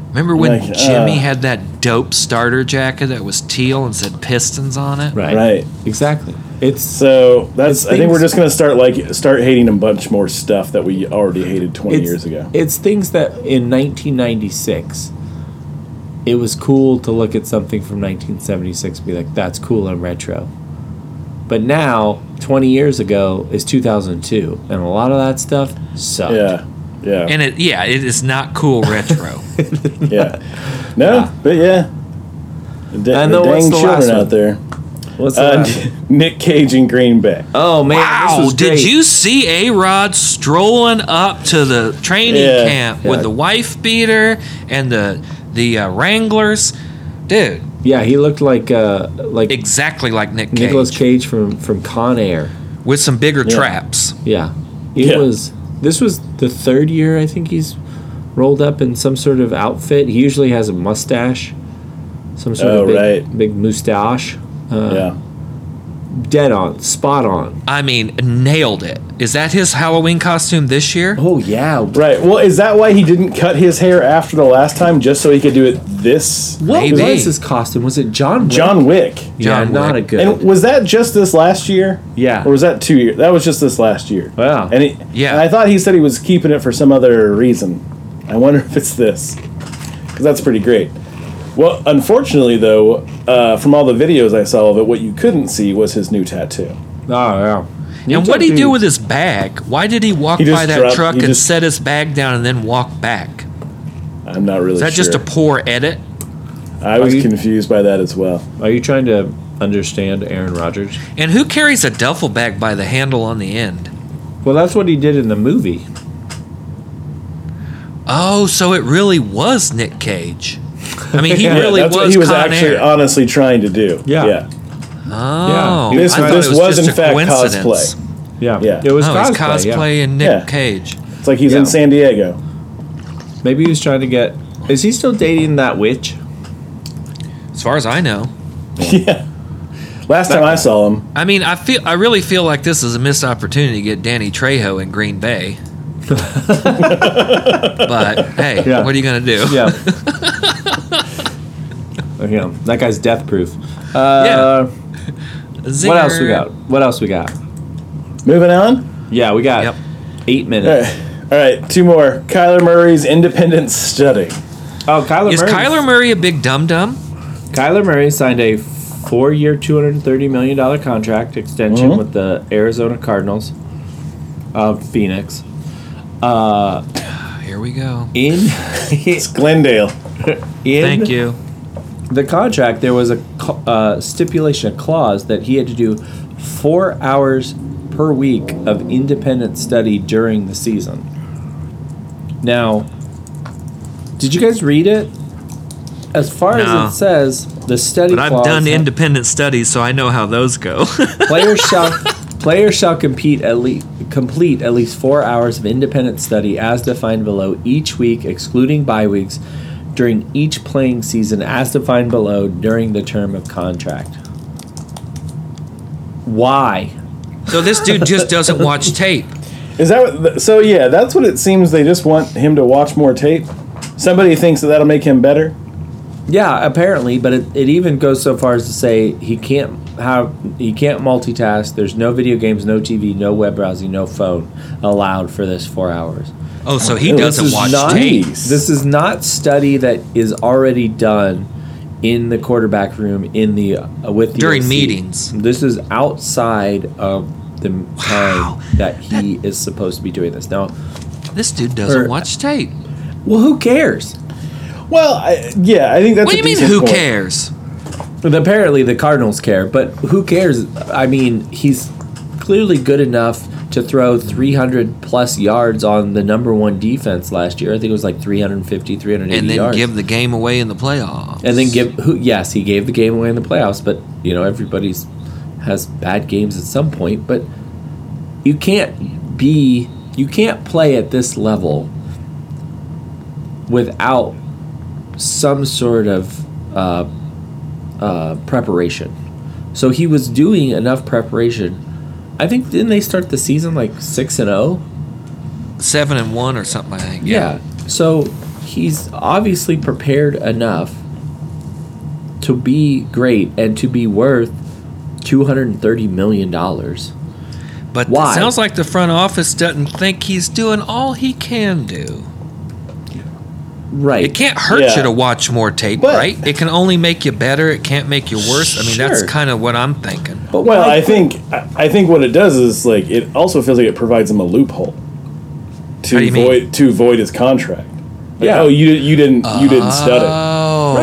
Speaker 2: Remember when
Speaker 3: Like, uh,
Speaker 2: Jimmy had that dope starter jacket that was teal and said Pistons on it?
Speaker 1: Right.
Speaker 3: Right.
Speaker 1: Exactly. It's
Speaker 3: So that's. I think
Speaker 1: things-
Speaker 3: we're just gonna start like start hating a bunch more stuff that we already hated twenty
Speaker 1: it's,
Speaker 3: years ago.
Speaker 1: It's things that in 1996 it was cool to look at something from 1976 and be like, that's cool and retro. But now, 20 years ago, is 2002, and a lot of that stuff sucked.
Speaker 3: Yeah. Yeah.
Speaker 2: And it, yeah, it is not cool retro.
Speaker 3: yeah. No, but yeah. The, da-
Speaker 1: And then
Speaker 3: the
Speaker 1: what's
Speaker 3: dang
Speaker 1: the
Speaker 3: children
Speaker 1: last one?
Speaker 3: out there.
Speaker 1: What's the
Speaker 3: Uh,
Speaker 1: last-
Speaker 3: Nick Cage and Green Bay.
Speaker 1: oh man, this
Speaker 2: wow,
Speaker 1: was
Speaker 2: did
Speaker 1: great.
Speaker 2: you see A Rod strolling up to the training
Speaker 3: Yeah,
Speaker 2: camp
Speaker 1: yeah.
Speaker 2: with the wife beater and the the uh, Wranglers? Dude,
Speaker 1: Yeah, he looked like uh, like
Speaker 2: exactly like Nick Cage
Speaker 1: Nicolas Cage from from Con Air.
Speaker 2: with some bigger traps.
Speaker 1: Yeah, it
Speaker 3: Yeah.
Speaker 1: was. This was the third year I think he's rolled up in some sort of outfit. He usually has a mustache, some sort
Speaker 3: Oh,
Speaker 1: of big,
Speaker 3: right.
Speaker 1: big mustache. Uh,
Speaker 3: yeah.
Speaker 1: Dead on, spot on.
Speaker 2: I mean, nailed it. Is that his Halloween costume this year?
Speaker 1: Oh yeah,
Speaker 3: Right. Well, is that why he didn't cut his hair after the last time, just so he could do it this?
Speaker 1: what
Speaker 2: Maybe.
Speaker 1: was his costume? Was it John? Wick?
Speaker 3: John Wick.
Speaker 1: Yeah,
Speaker 2: John
Speaker 1: not
Speaker 2: Wick.
Speaker 1: a good.
Speaker 3: And was that just this last year?
Speaker 1: Yeah.
Speaker 3: Or was that two years? That was just this last year.
Speaker 1: Wow.
Speaker 3: And it,
Speaker 2: Yeah.
Speaker 3: And I thought he said he was keeping it for some other reason. I wonder if it's this, because that's pretty great. Well, unfortunately, though, uh, from all the videos I saw of it, what you couldn't see was his new tattoo.
Speaker 1: oh yeah.
Speaker 2: and what did he do with his bag? Why did he walk
Speaker 3: He just
Speaker 2: by that
Speaker 3: dropped-
Speaker 2: truck
Speaker 3: he
Speaker 2: and
Speaker 3: just-
Speaker 2: set his bag down and then walk back?
Speaker 3: I'm not really.
Speaker 2: Is that
Speaker 3: sure.
Speaker 2: just a poor edit?
Speaker 3: I was
Speaker 1: Are you-
Speaker 3: confused by that as well.
Speaker 1: Are you trying to understand Aaron Rodgers?
Speaker 2: And who carries a duffel bag by the handle on the end?
Speaker 1: Well, that's what he did in the movie.
Speaker 2: Oh, so it really was Nick Cage. I mean, he
Speaker 1: Yeah,
Speaker 2: really
Speaker 3: that's
Speaker 2: was,
Speaker 3: what he was
Speaker 2: Con
Speaker 3: actually uh,
Speaker 2: Air.
Speaker 3: honestly trying to do.
Speaker 1: Yeah.
Speaker 3: Yeah.
Speaker 2: oh,
Speaker 1: Yeah.
Speaker 2: I
Speaker 1: This-
Speaker 2: thought
Speaker 3: this
Speaker 2: it was,
Speaker 3: was,
Speaker 2: just
Speaker 3: in
Speaker 2: a
Speaker 3: fact,
Speaker 2: coincidence.
Speaker 3: cosplay.
Speaker 1: Yeah,
Speaker 3: Yeah.
Speaker 1: It was
Speaker 2: Oh,
Speaker 1: cosplay.
Speaker 2: it's cosplay and Nick
Speaker 3: Yeah.
Speaker 2: Cage.
Speaker 3: It's like he's
Speaker 1: Yeah.
Speaker 3: in San Diego.
Speaker 1: yeah. Maybe he was trying to get. Is he still dating that witch?
Speaker 2: As far as I know,
Speaker 3: yeah. Last time I saw him,
Speaker 2: I mean, I feel I really feel like this is a missed opportunity to get Danny Trejo in Green Bay. but hey,
Speaker 1: Yeah.
Speaker 2: what are you gonna do?
Speaker 1: Yeah. Oh, yeah, that guy's death proof.
Speaker 2: Yeah.
Speaker 1: Uh, What else we
Speaker 2: Zinger.
Speaker 1: got? What else we got?
Speaker 3: moving on.
Speaker 1: Yeah, we got
Speaker 2: Yep.
Speaker 1: eight
Speaker 3: All
Speaker 1: minutes.
Speaker 3: right. All right, two more. Kyler Murray's independence study.
Speaker 1: Oh, Kyler
Speaker 2: Is
Speaker 1: Murray.
Speaker 2: Kyler Murray a big dum dum?
Speaker 1: Kyler Murray signed a four-year, two hundred and thirty million dollar contract extension with the Arizona Cardinals of Phoenix.
Speaker 2: Here we go.
Speaker 1: In, in
Speaker 3: It's Glendale.
Speaker 2: Thank you.
Speaker 1: the contract, there was a co- uh, stipulation, a clause that he had to do four hours per week of independent study during the season. Now, did you guys read it? As far
Speaker 2: No.
Speaker 1: as it says, the study
Speaker 2: But I've
Speaker 1: clause
Speaker 2: done
Speaker 1: ha-
Speaker 2: independent studies, so I know how those go.
Speaker 1: players shall players shall compete at least complete at least four hours of independent study as defined below each week, excluding bye weeks, during each playing season as defined below during the term of contract. Why?
Speaker 2: so this dude just doesn't watch tape.
Speaker 3: Is that what, th- so? Yeah, that's what it seems. They just want him to watch more tape. Somebody thinks that that'll make him better.
Speaker 1: Yeah, apparently, but it, it even goes so far as to say he can't have he can't multitask. There's no video games, no TV, no web browsing, no phone allowed for this four hours.
Speaker 2: Oh, so he
Speaker 3: This
Speaker 2: doesn't
Speaker 3: is
Speaker 2: watch
Speaker 1: not-
Speaker 2: tape.
Speaker 3: Jeez.
Speaker 1: This is not study that is already done in the quarterback room in the uh, with the
Speaker 2: During
Speaker 1: OC.
Speaker 2: meetings.
Speaker 1: This is outside of the time
Speaker 2: Wow.
Speaker 1: that he is supposed to be doing this. Now,
Speaker 2: This dude doesn't
Speaker 1: Or-
Speaker 2: watch tape.
Speaker 1: well, who cares?
Speaker 3: Well, I, yeah, I think that's.
Speaker 2: What
Speaker 3: a
Speaker 2: do you mean?
Speaker 3: decent
Speaker 2: Who
Speaker 3: point.
Speaker 2: cares?
Speaker 1: But apparently, the Cardinals care, but who cares? I mean, he's clearly good enough to throw 300 plus yards on the number one defense last year. I think it was like 350, 380
Speaker 2: And then
Speaker 1: yards.
Speaker 2: give the game away in the playoffs.
Speaker 1: And then give who? Yes, he gave the game away in the playoffs, but you know everybody's has bad games at some point. But you can't be, you can't play at this level without some sort of uh, uh, preparation. So he was doing enough preparation. I think didn't they start the season like six and oh? zero?
Speaker 2: seven and one or something. I think.
Speaker 1: Yeah. So he's obviously prepared enough to be great and to be worth two hundred and thirty million dollars.
Speaker 2: But
Speaker 1: Why?
Speaker 2: it sounds like the front office doesn't think he's doing all he can do.
Speaker 1: Right.
Speaker 2: It can't hurt
Speaker 3: Yeah.
Speaker 2: you to watch more tape,
Speaker 3: But-
Speaker 2: right? It can only make you better. It can't make you worse. I mean, that's
Speaker 5: Sure.
Speaker 2: kind of what I'm thinking.
Speaker 1: But
Speaker 3: Well,
Speaker 1: why-
Speaker 3: I think I I think what it does is like it also feels like it provides him a loophole
Speaker 2: How do
Speaker 3: to
Speaker 2: you mean?
Speaker 3: void to void his contract. Like,
Speaker 1: Yeah.
Speaker 3: Oh, you you didn't you didn't stud it.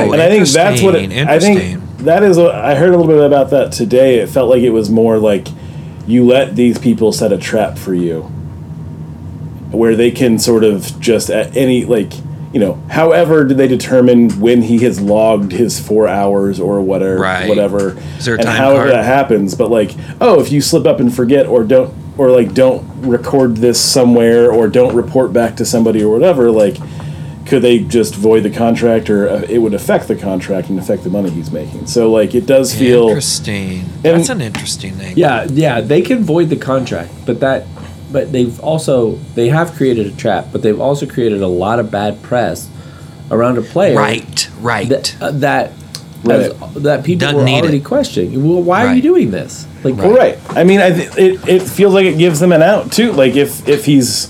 Speaker 2: Oh,
Speaker 3: And I think that's what it,
Speaker 2: interesting,
Speaker 3: I think
Speaker 2: interesting.
Speaker 3: that is. What, I heard a little bit about that today. It felt like it was more like you let these people set a trap for you, where they can sort of just at any like you know. However, did they determine when he has logged his four hours or whatever,
Speaker 2: Right.
Speaker 3: whatever,
Speaker 2: Is there a
Speaker 3: and
Speaker 2: time
Speaker 3: however
Speaker 2: card?
Speaker 3: that happens. But like, oh, if you slip up and forget or don't or like don't record this somewhere or don't report back to somebody or whatever, like could they just void the contract or uh, it would affect the contract and affect the money he's making so like it does feel
Speaker 2: interesting. That's an interesting thing.
Speaker 1: Yeah, yeah, they can void the contract, but that, but they've also they have created a trap, but they've also created a lot of bad press around a player
Speaker 2: Right, right.
Speaker 1: that uh, that
Speaker 3: Right.
Speaker 1: has- that people
Speaker 2: Doesn't
Speaker 1: were
Speaker 2: need
Speaker 1: already
Speaker 2: it.
Speaker 1: questioning. Well, why are you
Speaker 2: Right.
Speaker 1: doing this? Like,
Speaker 3: well, right i mean I th- it, it feels like it gives them an out too like if if he's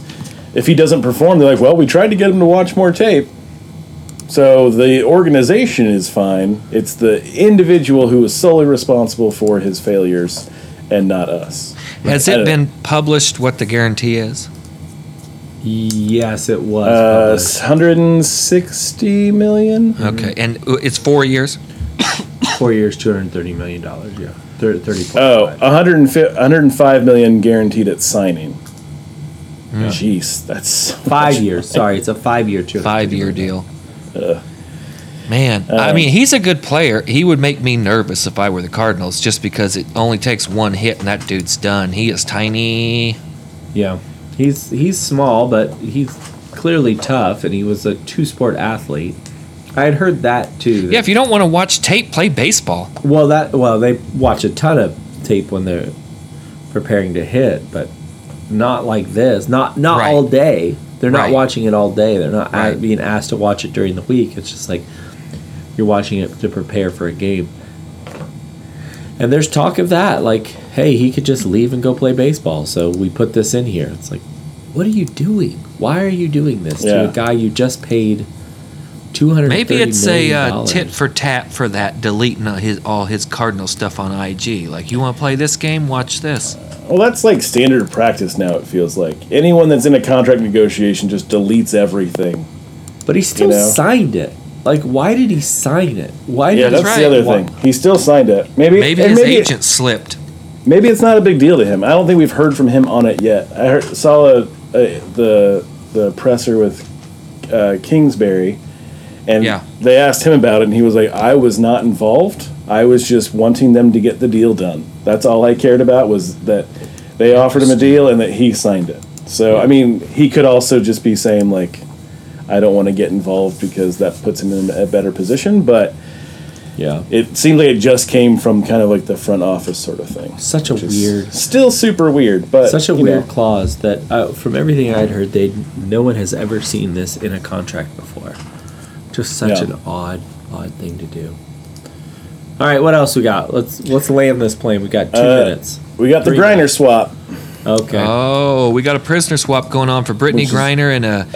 Speaker 3: if he doesn't perform they're like well we tried to get him to watch more tape so the organization is fine it's the individual who is solely responsible for his failures and not us
Speaker 2: Has
Speaker 3: I
Speaker 2: it
Speaker 3: don't
Speaker 2: been published what the guarantee is?
Speaker 1: yes, it was.
Speaker 3: uh,
Speaker 1: public.
Speaker 3: 160 million
Speaker 2: Okay, and it's four years.
Speaker 1: Four years, two hundred thirty million dollars. Yeah, thirty. 30
Speaker 3: Oh, 105, 105 million guaranteed at signing.
Speaker 2: Hmm.
Speaker 3: Jeez, that's so
Speaker 1: Five
Speaker 3: much.
Speaker 1: years. Sorry, it's a five-year two.
Speaker 2: Five-year deal.
Speaker 3: Uh,
Speaker 2: Man, I mean, he's a good player. He would make me nervous if I were the Cardinals, just because it only takes one hit and that dude's done. He is tiny.
Speaker 1: Yeah, he's he's small, but he's clearly tough, and he was a two-sport athlete. I had heard that too.
Speaker 2: Yeah, if you don't want to watch tape, play baseball.
Speaker 1: Well, that well, they watch a ton of tape when they're preparing to hit, but not like this. Not not
Speaker 2: Right.
Speaker 1: all day. They're not
Speaker 2: Right.
Speaker 1: watching it all day. They're not a-
Speaker 2: Right.
Speaker 1: being asked to watch it during the week. It's just like you're watching it to prepare for a game. And there's talk of that, like, hey, he could just leave and go play baseball. So we put this in here. It's like, what are you doing? Why are you doing this to
Speaker 3: Yeah.
Speaker 1: a guy you just paid two hundred?
Speaker 2: Maybe it's a uh, tit for tat for that deleting of his, all his Cardinal stuff on IG. Like, you want to play this game? Watch this.
Speaker 3: Well, that's like standard practice now. It feels like anyone that's in a contract negotiation just deletes everything.
Speaker 1: But he still
Speaker 3: know?
Speaker 1: signed it. Like, why did he sign it? Why
Speaker 3: Yeah,
Speaker 1: did
Speaker 3: that's,
Speaker 1: he
Speaker 2: right.
Speaker 3: the other
Speaker 1: why-
Speaker 3: thing. He still signed it. Maybe
Speaker 2: Maybe
Speaker 3: and
Speaker 2: his
Speaker 3: maybe,
Speaker 2: agent slipped.
Speaker 3: Maybe it's not a big deal to him. I don't think we've heard from him on it yet. I heard, saw a, a, the the presser with uh, Kingsbury, and
Speaker 2: Yeah.
Speaker 3: they asked him about it, and he was like, "I was not involved. I was just wanting them to get the deal done. That's all I cared about was that they offered him a deal and that he signed it. So I mean, he could also just be saying like, "I don't want to get involved because that puts him in a better position." But
Speaker 1: Yeah.
Speaker 3: it seemed like it just came from kind of like the front office sort of thing.
Speaker 1: Such a
Speaker 3: Just
Speaker 1: weird,
Speaker 3: Still super weird, but
Speaker 1: such a
Speaker 3: you
Speaker 1: weird
Speaker 3: know,
Speaker 1: clause that uh, from everything I'd heard, they no one has ever seen this in a contract before. Just such
Speaker 3: Yeah.
Speaker 1: an odd, odd thing to do. All right, what else we got? Let's let's land this plane. We got two
Speaker 3: Uh,
Speaker 1: minutes.
Speaker 3: we got the
Speaker 1: Three
Speaker 3: grinder swap.
Speaker 1: Okay.
Speaker 2: Oh, we got a prisoner swap going on for Brittany
Speaker 3: Which is-
Speaker 2: Griner and a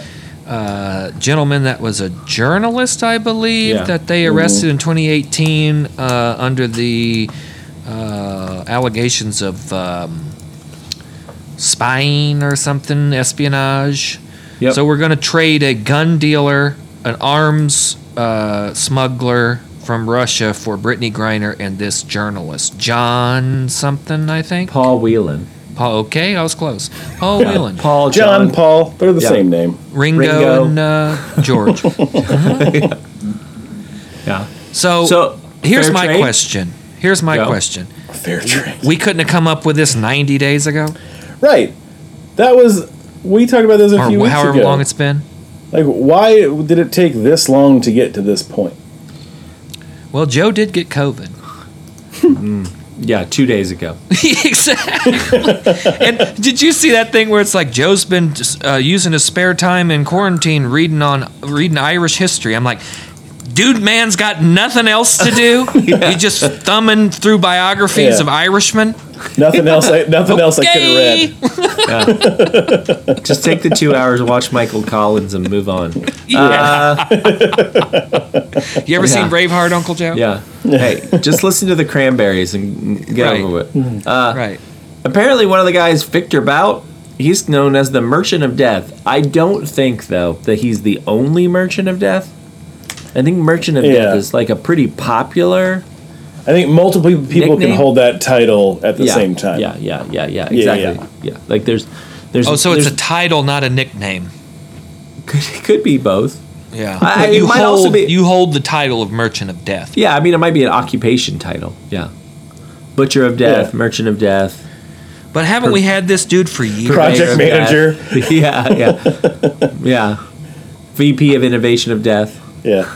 Speaker 2: uh, gentleman that was a journalist, I believe,
Speaker 1: Yeah.
Speaker 2: that they arrested in 2018 uh, under the uh, allegations of um, spying or something, espionage.
Speaker 1: Yep.
Speaker 2: So we're going to trade a gun dealer, an arms uh, smuggler from Russia for Brittany Griner and this journalist, John something, I think.
Speaker 1: Paul Whelan.
Speaker 2: Paul, okay, I was close. Paul Whelan,
Speaker 1: Paul
Speaker 3: John,
Speaker 1: Oh, John.
Speaker 3: Paul, they're the
Speaker 1: Yeah.
Speaker 3: same name.
Speaker 2: Ringo,
Speaker 1: Ringo.
Speaker 2: and uh, George.
Speaker 1: Yeah.
Speaker 2: So,
Speaker 1: So,
Speaker 2: here's
Speaker 1: fair
Speaker 2: my
Speaker 1: trade?
Speaker 2: question. Here's my
Speaker 1: Go.
Speaker 2: question.
Speaker 3: Fair trade.
Speaker 2: We couldn't have come up with this 90 days ago,
Speaker 3: Right. That was we talked about this a few
Speaker 2: or
Speaker 3: weeks
Speaker 2: however
Speaker 3: ago.
Speaker 2: long it's been.
Speaker 3: like why did it take this long to get to this point?
Speaker 2: Well, Joe did get COVID.
Speaker 1: Yeah, two days ago.
Speaker 2: exactly. and did you see that thing where it's like Joe's been uh, using his spare time in quarantine reading on reading Irish history? I'm like. Dude, man's got nothing else to do. He just thumbing through biographies
Speaker 3: Yeah.
Speaker 2: of Irishmen.
Speaker 3: Nothing else. I, nothing else I could have read.
Speaker 1: Just take the two hours, watch Michael Collins, and move on.
Speaker 2: You ever seen
Speaker 1: Yeah.
Speaker 2: Braveheart, Uncle Joe?
Speaker 1: Yeah. Hey, just listen to the Cranberries and get
Speaker 2: Right.
Speaker 1: over with.
Speaker 2: right.
Speaker 1: Apparently, one of the guys, Victor Bout, he's known as the Merchant of Death. I don't think, though, that he's the only Merchant of Death. I think Merchant of
Speaker 3: Yeah.
Speaker 1: Death is like a pretty popular.
Speaker 3: I think multiple people
Speaker 1: Nickname?
Speaker 3: can hold that title at the
Speaker 1: yeah,
Speaker 3: same time.
Speaker 1: Yeah, yeah, yeah, yeah.
Speaker 3: Yeah,
Speaker 1: Exactly. Yeah. Like there's, there's.
Speaker 2: Oh, so it's a
Speaker 1: there's-
Speaker 2: title, not a nickname.
Speaker 1: could, could be both.
Speaker 2: Yeah.
Speaker 1: I-
Speaker 2: But
Speaker 1: it
Speaker 2: you
Speaker 1: might
Speaker 2: hold,
Speaker 1: also be-
Speaker 2: you hold the title of Merchant of Death.
Speaker 1: Yeah, I mean, it might be an occupation title. Yeah. Butcher of Death,
Speaker 3: Yeah.
Speaker 1: Merchant of Death.
Speaker 2: But haven't we had this dude for years?
Speaker 3: Project
Speaker 1: Mayor of
Speaker 3: manager.
Speaker 1: Death. yeah, yeah, yeah. VP of Innovation of Death.
Speaker 3: Yeah.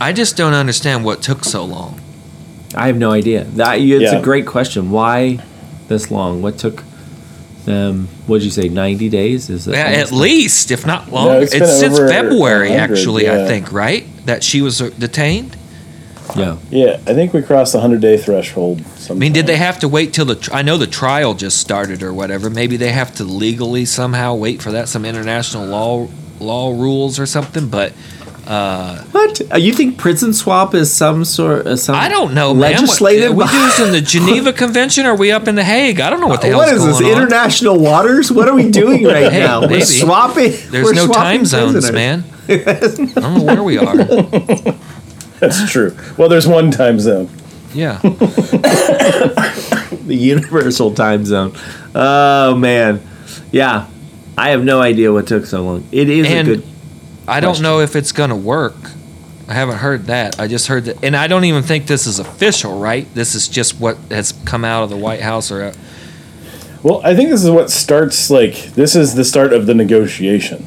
Speaker 2: I just don't understand what took so long.
Speaker 1: I have no idea. That it's
Speaker 3: Yeah.
Speaker 1: a great question. Why this long? What took them? What'd you say? Ninety days? Is that
Speaker 2: Yeah, at least, if not longer.
Speaker 3: No,
Speaker 2: it's
Speaker 3: it's been
Speaker 2: since
Speaker 3: over
Speaker 2: February,
Speaker 3: 100,
Speaker 2: actually, I
Speaker 3: yeah.
Speaker 2: think, right? That she was uh, detained?
Speaker 1: Yeah.
Speaker 3: Yeah. I think we crossed the hundred day threshold.
Speaker 2: I mean, did they have to wait till the? Tr- I know the trial just started or whatever. Maybe they have to legally somehow wait for that, some international law law rules or something. But
Speaker 1: What? Uh, You think prison swap is some sort? Uh, some
Speaker 2: I don't know. man. What-
Speaker 1: Legislative?
Speaker 2: Are we using the Geneva Convention? Or are we up in the Hague? I don't know what the hell
Speaker 1: what is this?
Speaker 2: going on.
Speaker 1: International waters? What are we doing right
Speaker 2: Hey,
Speaker 1: now?
Speaker 2: maybe.
Speaker 1: We're swapping.
Speaker 2: There's
Speaker 1: we're
Speaker 2: no
Speaker 1: swapping
Speaker 2: time zones,
Speaker 1: prisoners.
Speaker 2: man. I don't know where we are.
Speaker 3: That's true. Well, there's one time zone.
Speaker 2: Yeah,
Speaker 1: The universal time zone. Oh man, yeah. I have no idea what took so long. It is
Speaker 2: And-
Speaker 1: a good.
Speaker 2: I don't know if it's gonna work. I haven't heard that. I just heard that, and I don't even think this is official, right? This is just what has come out of the White House or. uh,
Speaker 3: Well, I think this is what starts. Like this is the start of the negotiation.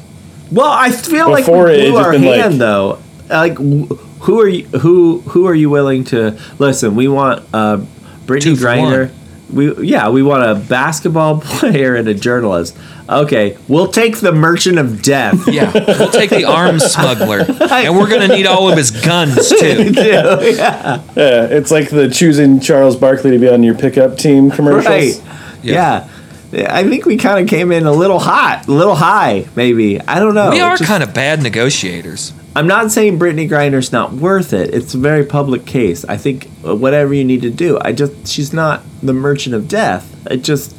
Speaker 1: Well, I feel like we
Speaker 3: Before it had
Speaker 1: blew
Speaker 3: just
Speaker 1: our
Speaker 3: been, like-
Speaker 1: hand though. Like, wh- who are you? Who who are you willing to listen? We want uh, Brittany
Speaker 2: Two for
Speaker 1: Griner. We yeah, we want a basketball player and a journalist. Okay, we'll take the Merchant of Death.
Speaker 2: Yeah, we'll take the arms smuggler, and we're gonna need all of his guns too.
Speaker 3: Yeah. It's like the choosing Charles Barkley to be on your pickup team commercials.
Speaker 1: right. Yeah. Yeah, I think we kind of came in a little hot, a little high, maybe. I don't know.
Speaker 2: We
Speaker 1: It
Speaker 2: are
Speaker 1: just-
Speaker 2: kind of bad negotiators.
Speaker 1: I'm not saying Brittany Griner's not worth it. It's a very public case. I think uh, whatever you need to do, I just she's not the merchant of death. It just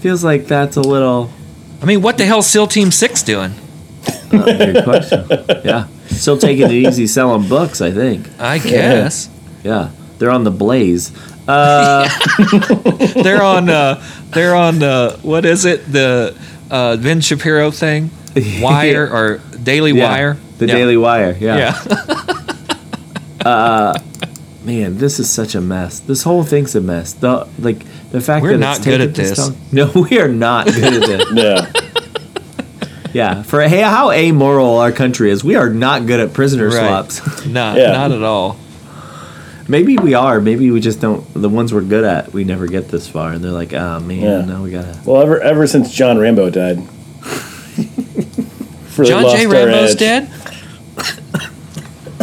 Speaker 1: feels like that's a little
Speaker 2: I mean, what the hell, SEAL Team Six doing?
Speaker 1: good uh, question. yeah, still taking it easy selling books. I think.
Speaker 2: I guess
Speaker 1: Yeah, they're on the blaze.
Speaker 2: they're on. Uh, they're on. Uh, what is it? The uh, Ben Shapiro thing, Wire or Daily
Speaker 1: Yeah,
Speaker 2: Wire.
Speaker 1: the
Speaker 2: Yeah.
Speaker 1: Daily Wire. yeah.
Speaker 2: Yeah,
Speaker 1: Man, this is such a mess. This whole thing's a mess. The like the fact
Speaker 2: We're
Speaker 1: that
Speaker 2: not
Speaker 1: it's
Speaker 2: good
Speaker 1: taken
Speaker 2: at this.
Speaker 1: long- No, we are not good at this.
Speaker 3: Yeah.
Speaker 1: yeah, for hey, how amoral our country is, we are not good at prisoner
Speaker 2: Right.
Speaker 1: swaps.
Speaker 2: not
Speaker 3: Yeah.
Speaker 2: not at all.
Speaker 1: maybe we are. Maybe we just don't. The ones we're good at, we never get this far. And they're like, oh man,
Speaker 3: Yeah.
Speaker 1: now we gotta.
Speaker 3: Well, ever ever since John Rambo died. Really
Speaker 2: John
Speaker 3: lost
Speaker 2: J.
Speaker 3: our
Speaker 2: Rambo's
Speaker 3: edge.
Speaker 2: dead.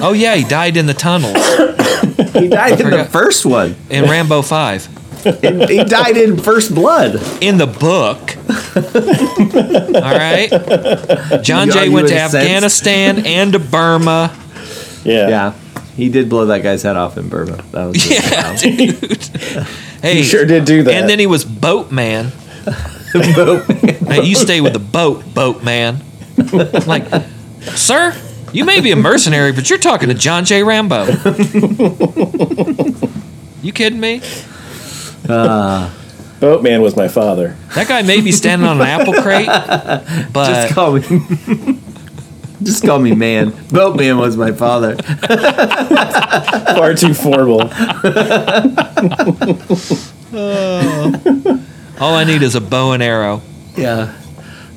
Speaker 2: Oh yeah, he died in the tunnels
Speaker 1: He died in the
Speaker 2: Forgot.
Speaker 1: first one.
Speaker 2: in Rambo Five.
Speaker 1: In- he died in First Blood.
Speaker 2: in the book. All right. John Jay
Speaker 1: Are you
Speaker 2: went to
Speaker 1: incensed?
Speaker 2: Afghanistan and to Burma.
Speaker 3: Yeah.
Speaker 1: Yeah, he did blow that guy's head off in Burma. That was really
Speaker 2: Yeah, dude. Hey,
Speaker 3: He sure did do that.
Speaker 2: And then he was boatman. Hey, you stay with the boat, boatman. Like, sir, you may be a mercenary, but you're talking to John J. Rambo. You kidding me?
Speaker 3: Boatman was my father.
Speaker 2: That guy may be standing on an apple crate,
Speaker 1: Just
Speaker 2: but
Speaker 1: call me. just call me man. Boatman was my father.
Speaker 3: Far too formal.
Speaker 2: all I need is a bow and arrow.
Speaker 1: Yeah.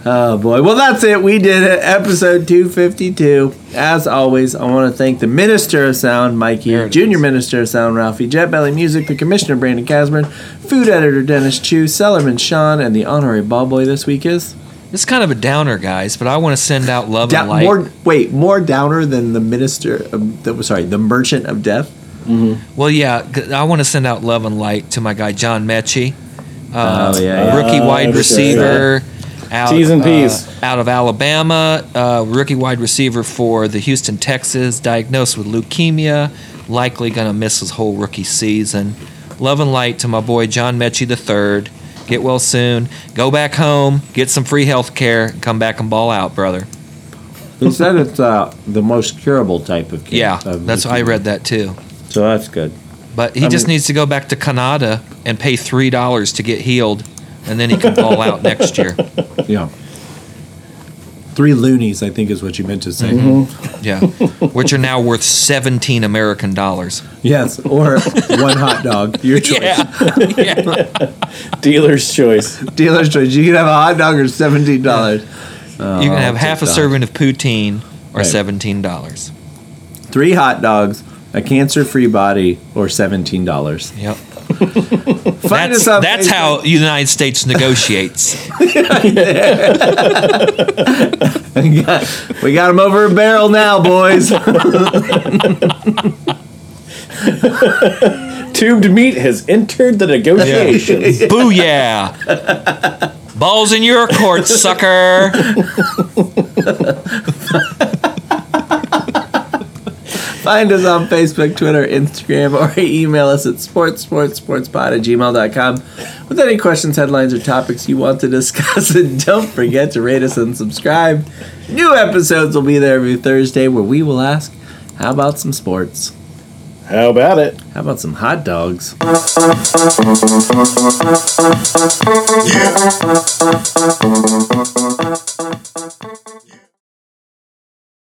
Speaker 1: Oh boy. Well, that's it. We did it. Episode 252. As always, I want to thank the Minister of Sound,
Speaker 2: There
Speaker 1: Mikey,
Speaker 2: it
Speaker 1: Junior
Speaker 2: is.
Speaker 1: Minister of Sound, Ralphie, Jet Belly Music, the Commissioner, Brandon Casman, Food Editor, Dennis Chu, Sellerman, Sean, and the Honorary Ball Boy this week is.
Speaker 2: It's kind of a downer, guys, but I want to send out love
Speaker 1: Da-
Speaker 2: and light.
Speaker 1: more, wait, more downer than the Minister of, the, sorry, the Merchant of Death?
Speaker 2: Well, yeah, g- I want to send out love and light to my guy John Mechie, uh,
Speaker 6: Oh, yeah, yeah.
Speaker 2: rookie
Speaker 3: Oh,
Speaker 2: wide
Speaker 3: sure,
Speaker 2: receiver. Out,
Speaker 3: T's and
Speaker 2: uh,
Speaker 3: P's.
Speaker 2: out of Alabama, uh, rookie wide receiver for the Houston Texans, diagnosed with leukemia, likely going to miss his whole rookie season. Love and light to my boy John Mechie III. Get well soon. Go back home, get some free health care, come back and ball out, brother.
Speaker 6: They said it's uh, the most curable type of cancer.
Speaker 2: Yeah, that's I read that too.
Speaker 6: So that's good.
Speaker 2: But he
Speaker 3: I
Speaker 2: just
Speaker 3: mean-
Speaker 2: needs to go back to Canada and pay three dollars to get healed, and then he can ball out next year.
Speaker 7: Yeah. Three loonies, I think, is what you meant to say.
Speaker 1: Mm-hmm.
Speaker 2: Yeah, which are now worth seventeen American dollars.
Speaker 7: Yes, or one hot dog, your choice.
Speaker 2: yeah.
Speaker 3: Dealer's choice.
Speaker 1: Dealer's choice. You can have a hot dog or seventeen dollars.
Speaker 2: you can have half a
Speaker 6: $10.
Speaker 2: serving of poutine or
Speaker 6: Oh, Right.
Speaker 2: seventeen dollars.
Speaker 1: Three hot dogs.
Speaker 6: A cancer-free body or seventeen dollars.
Speaker 2: Yep,
Speaker 1: Find us
Speaker 2: that's
Speaker 1: on
Speaker 2: that's
Speaker 1: Facebook.
Speaker 2: how the United States negotiates.
Speaker 1: we got him over a barrel now, boys.
Speaker 3: Tubed meat has entered the negotiations.
Speaker 2: Booyah! Balls in your court, sucker.
Speaker 1: Find us on Facebook, Twitter, Instagram, or email us at sports, sports, sportspod at gmail.com with any questions, headlines, or topics you want to discuss. And don't forget to rate us and subscribe. New episodes will be there every Thursday where we will ask, how about some sports?
Speaker 3: How about it?
Speaker 1: How about some hot dogs?
Speaker 8: Yeah.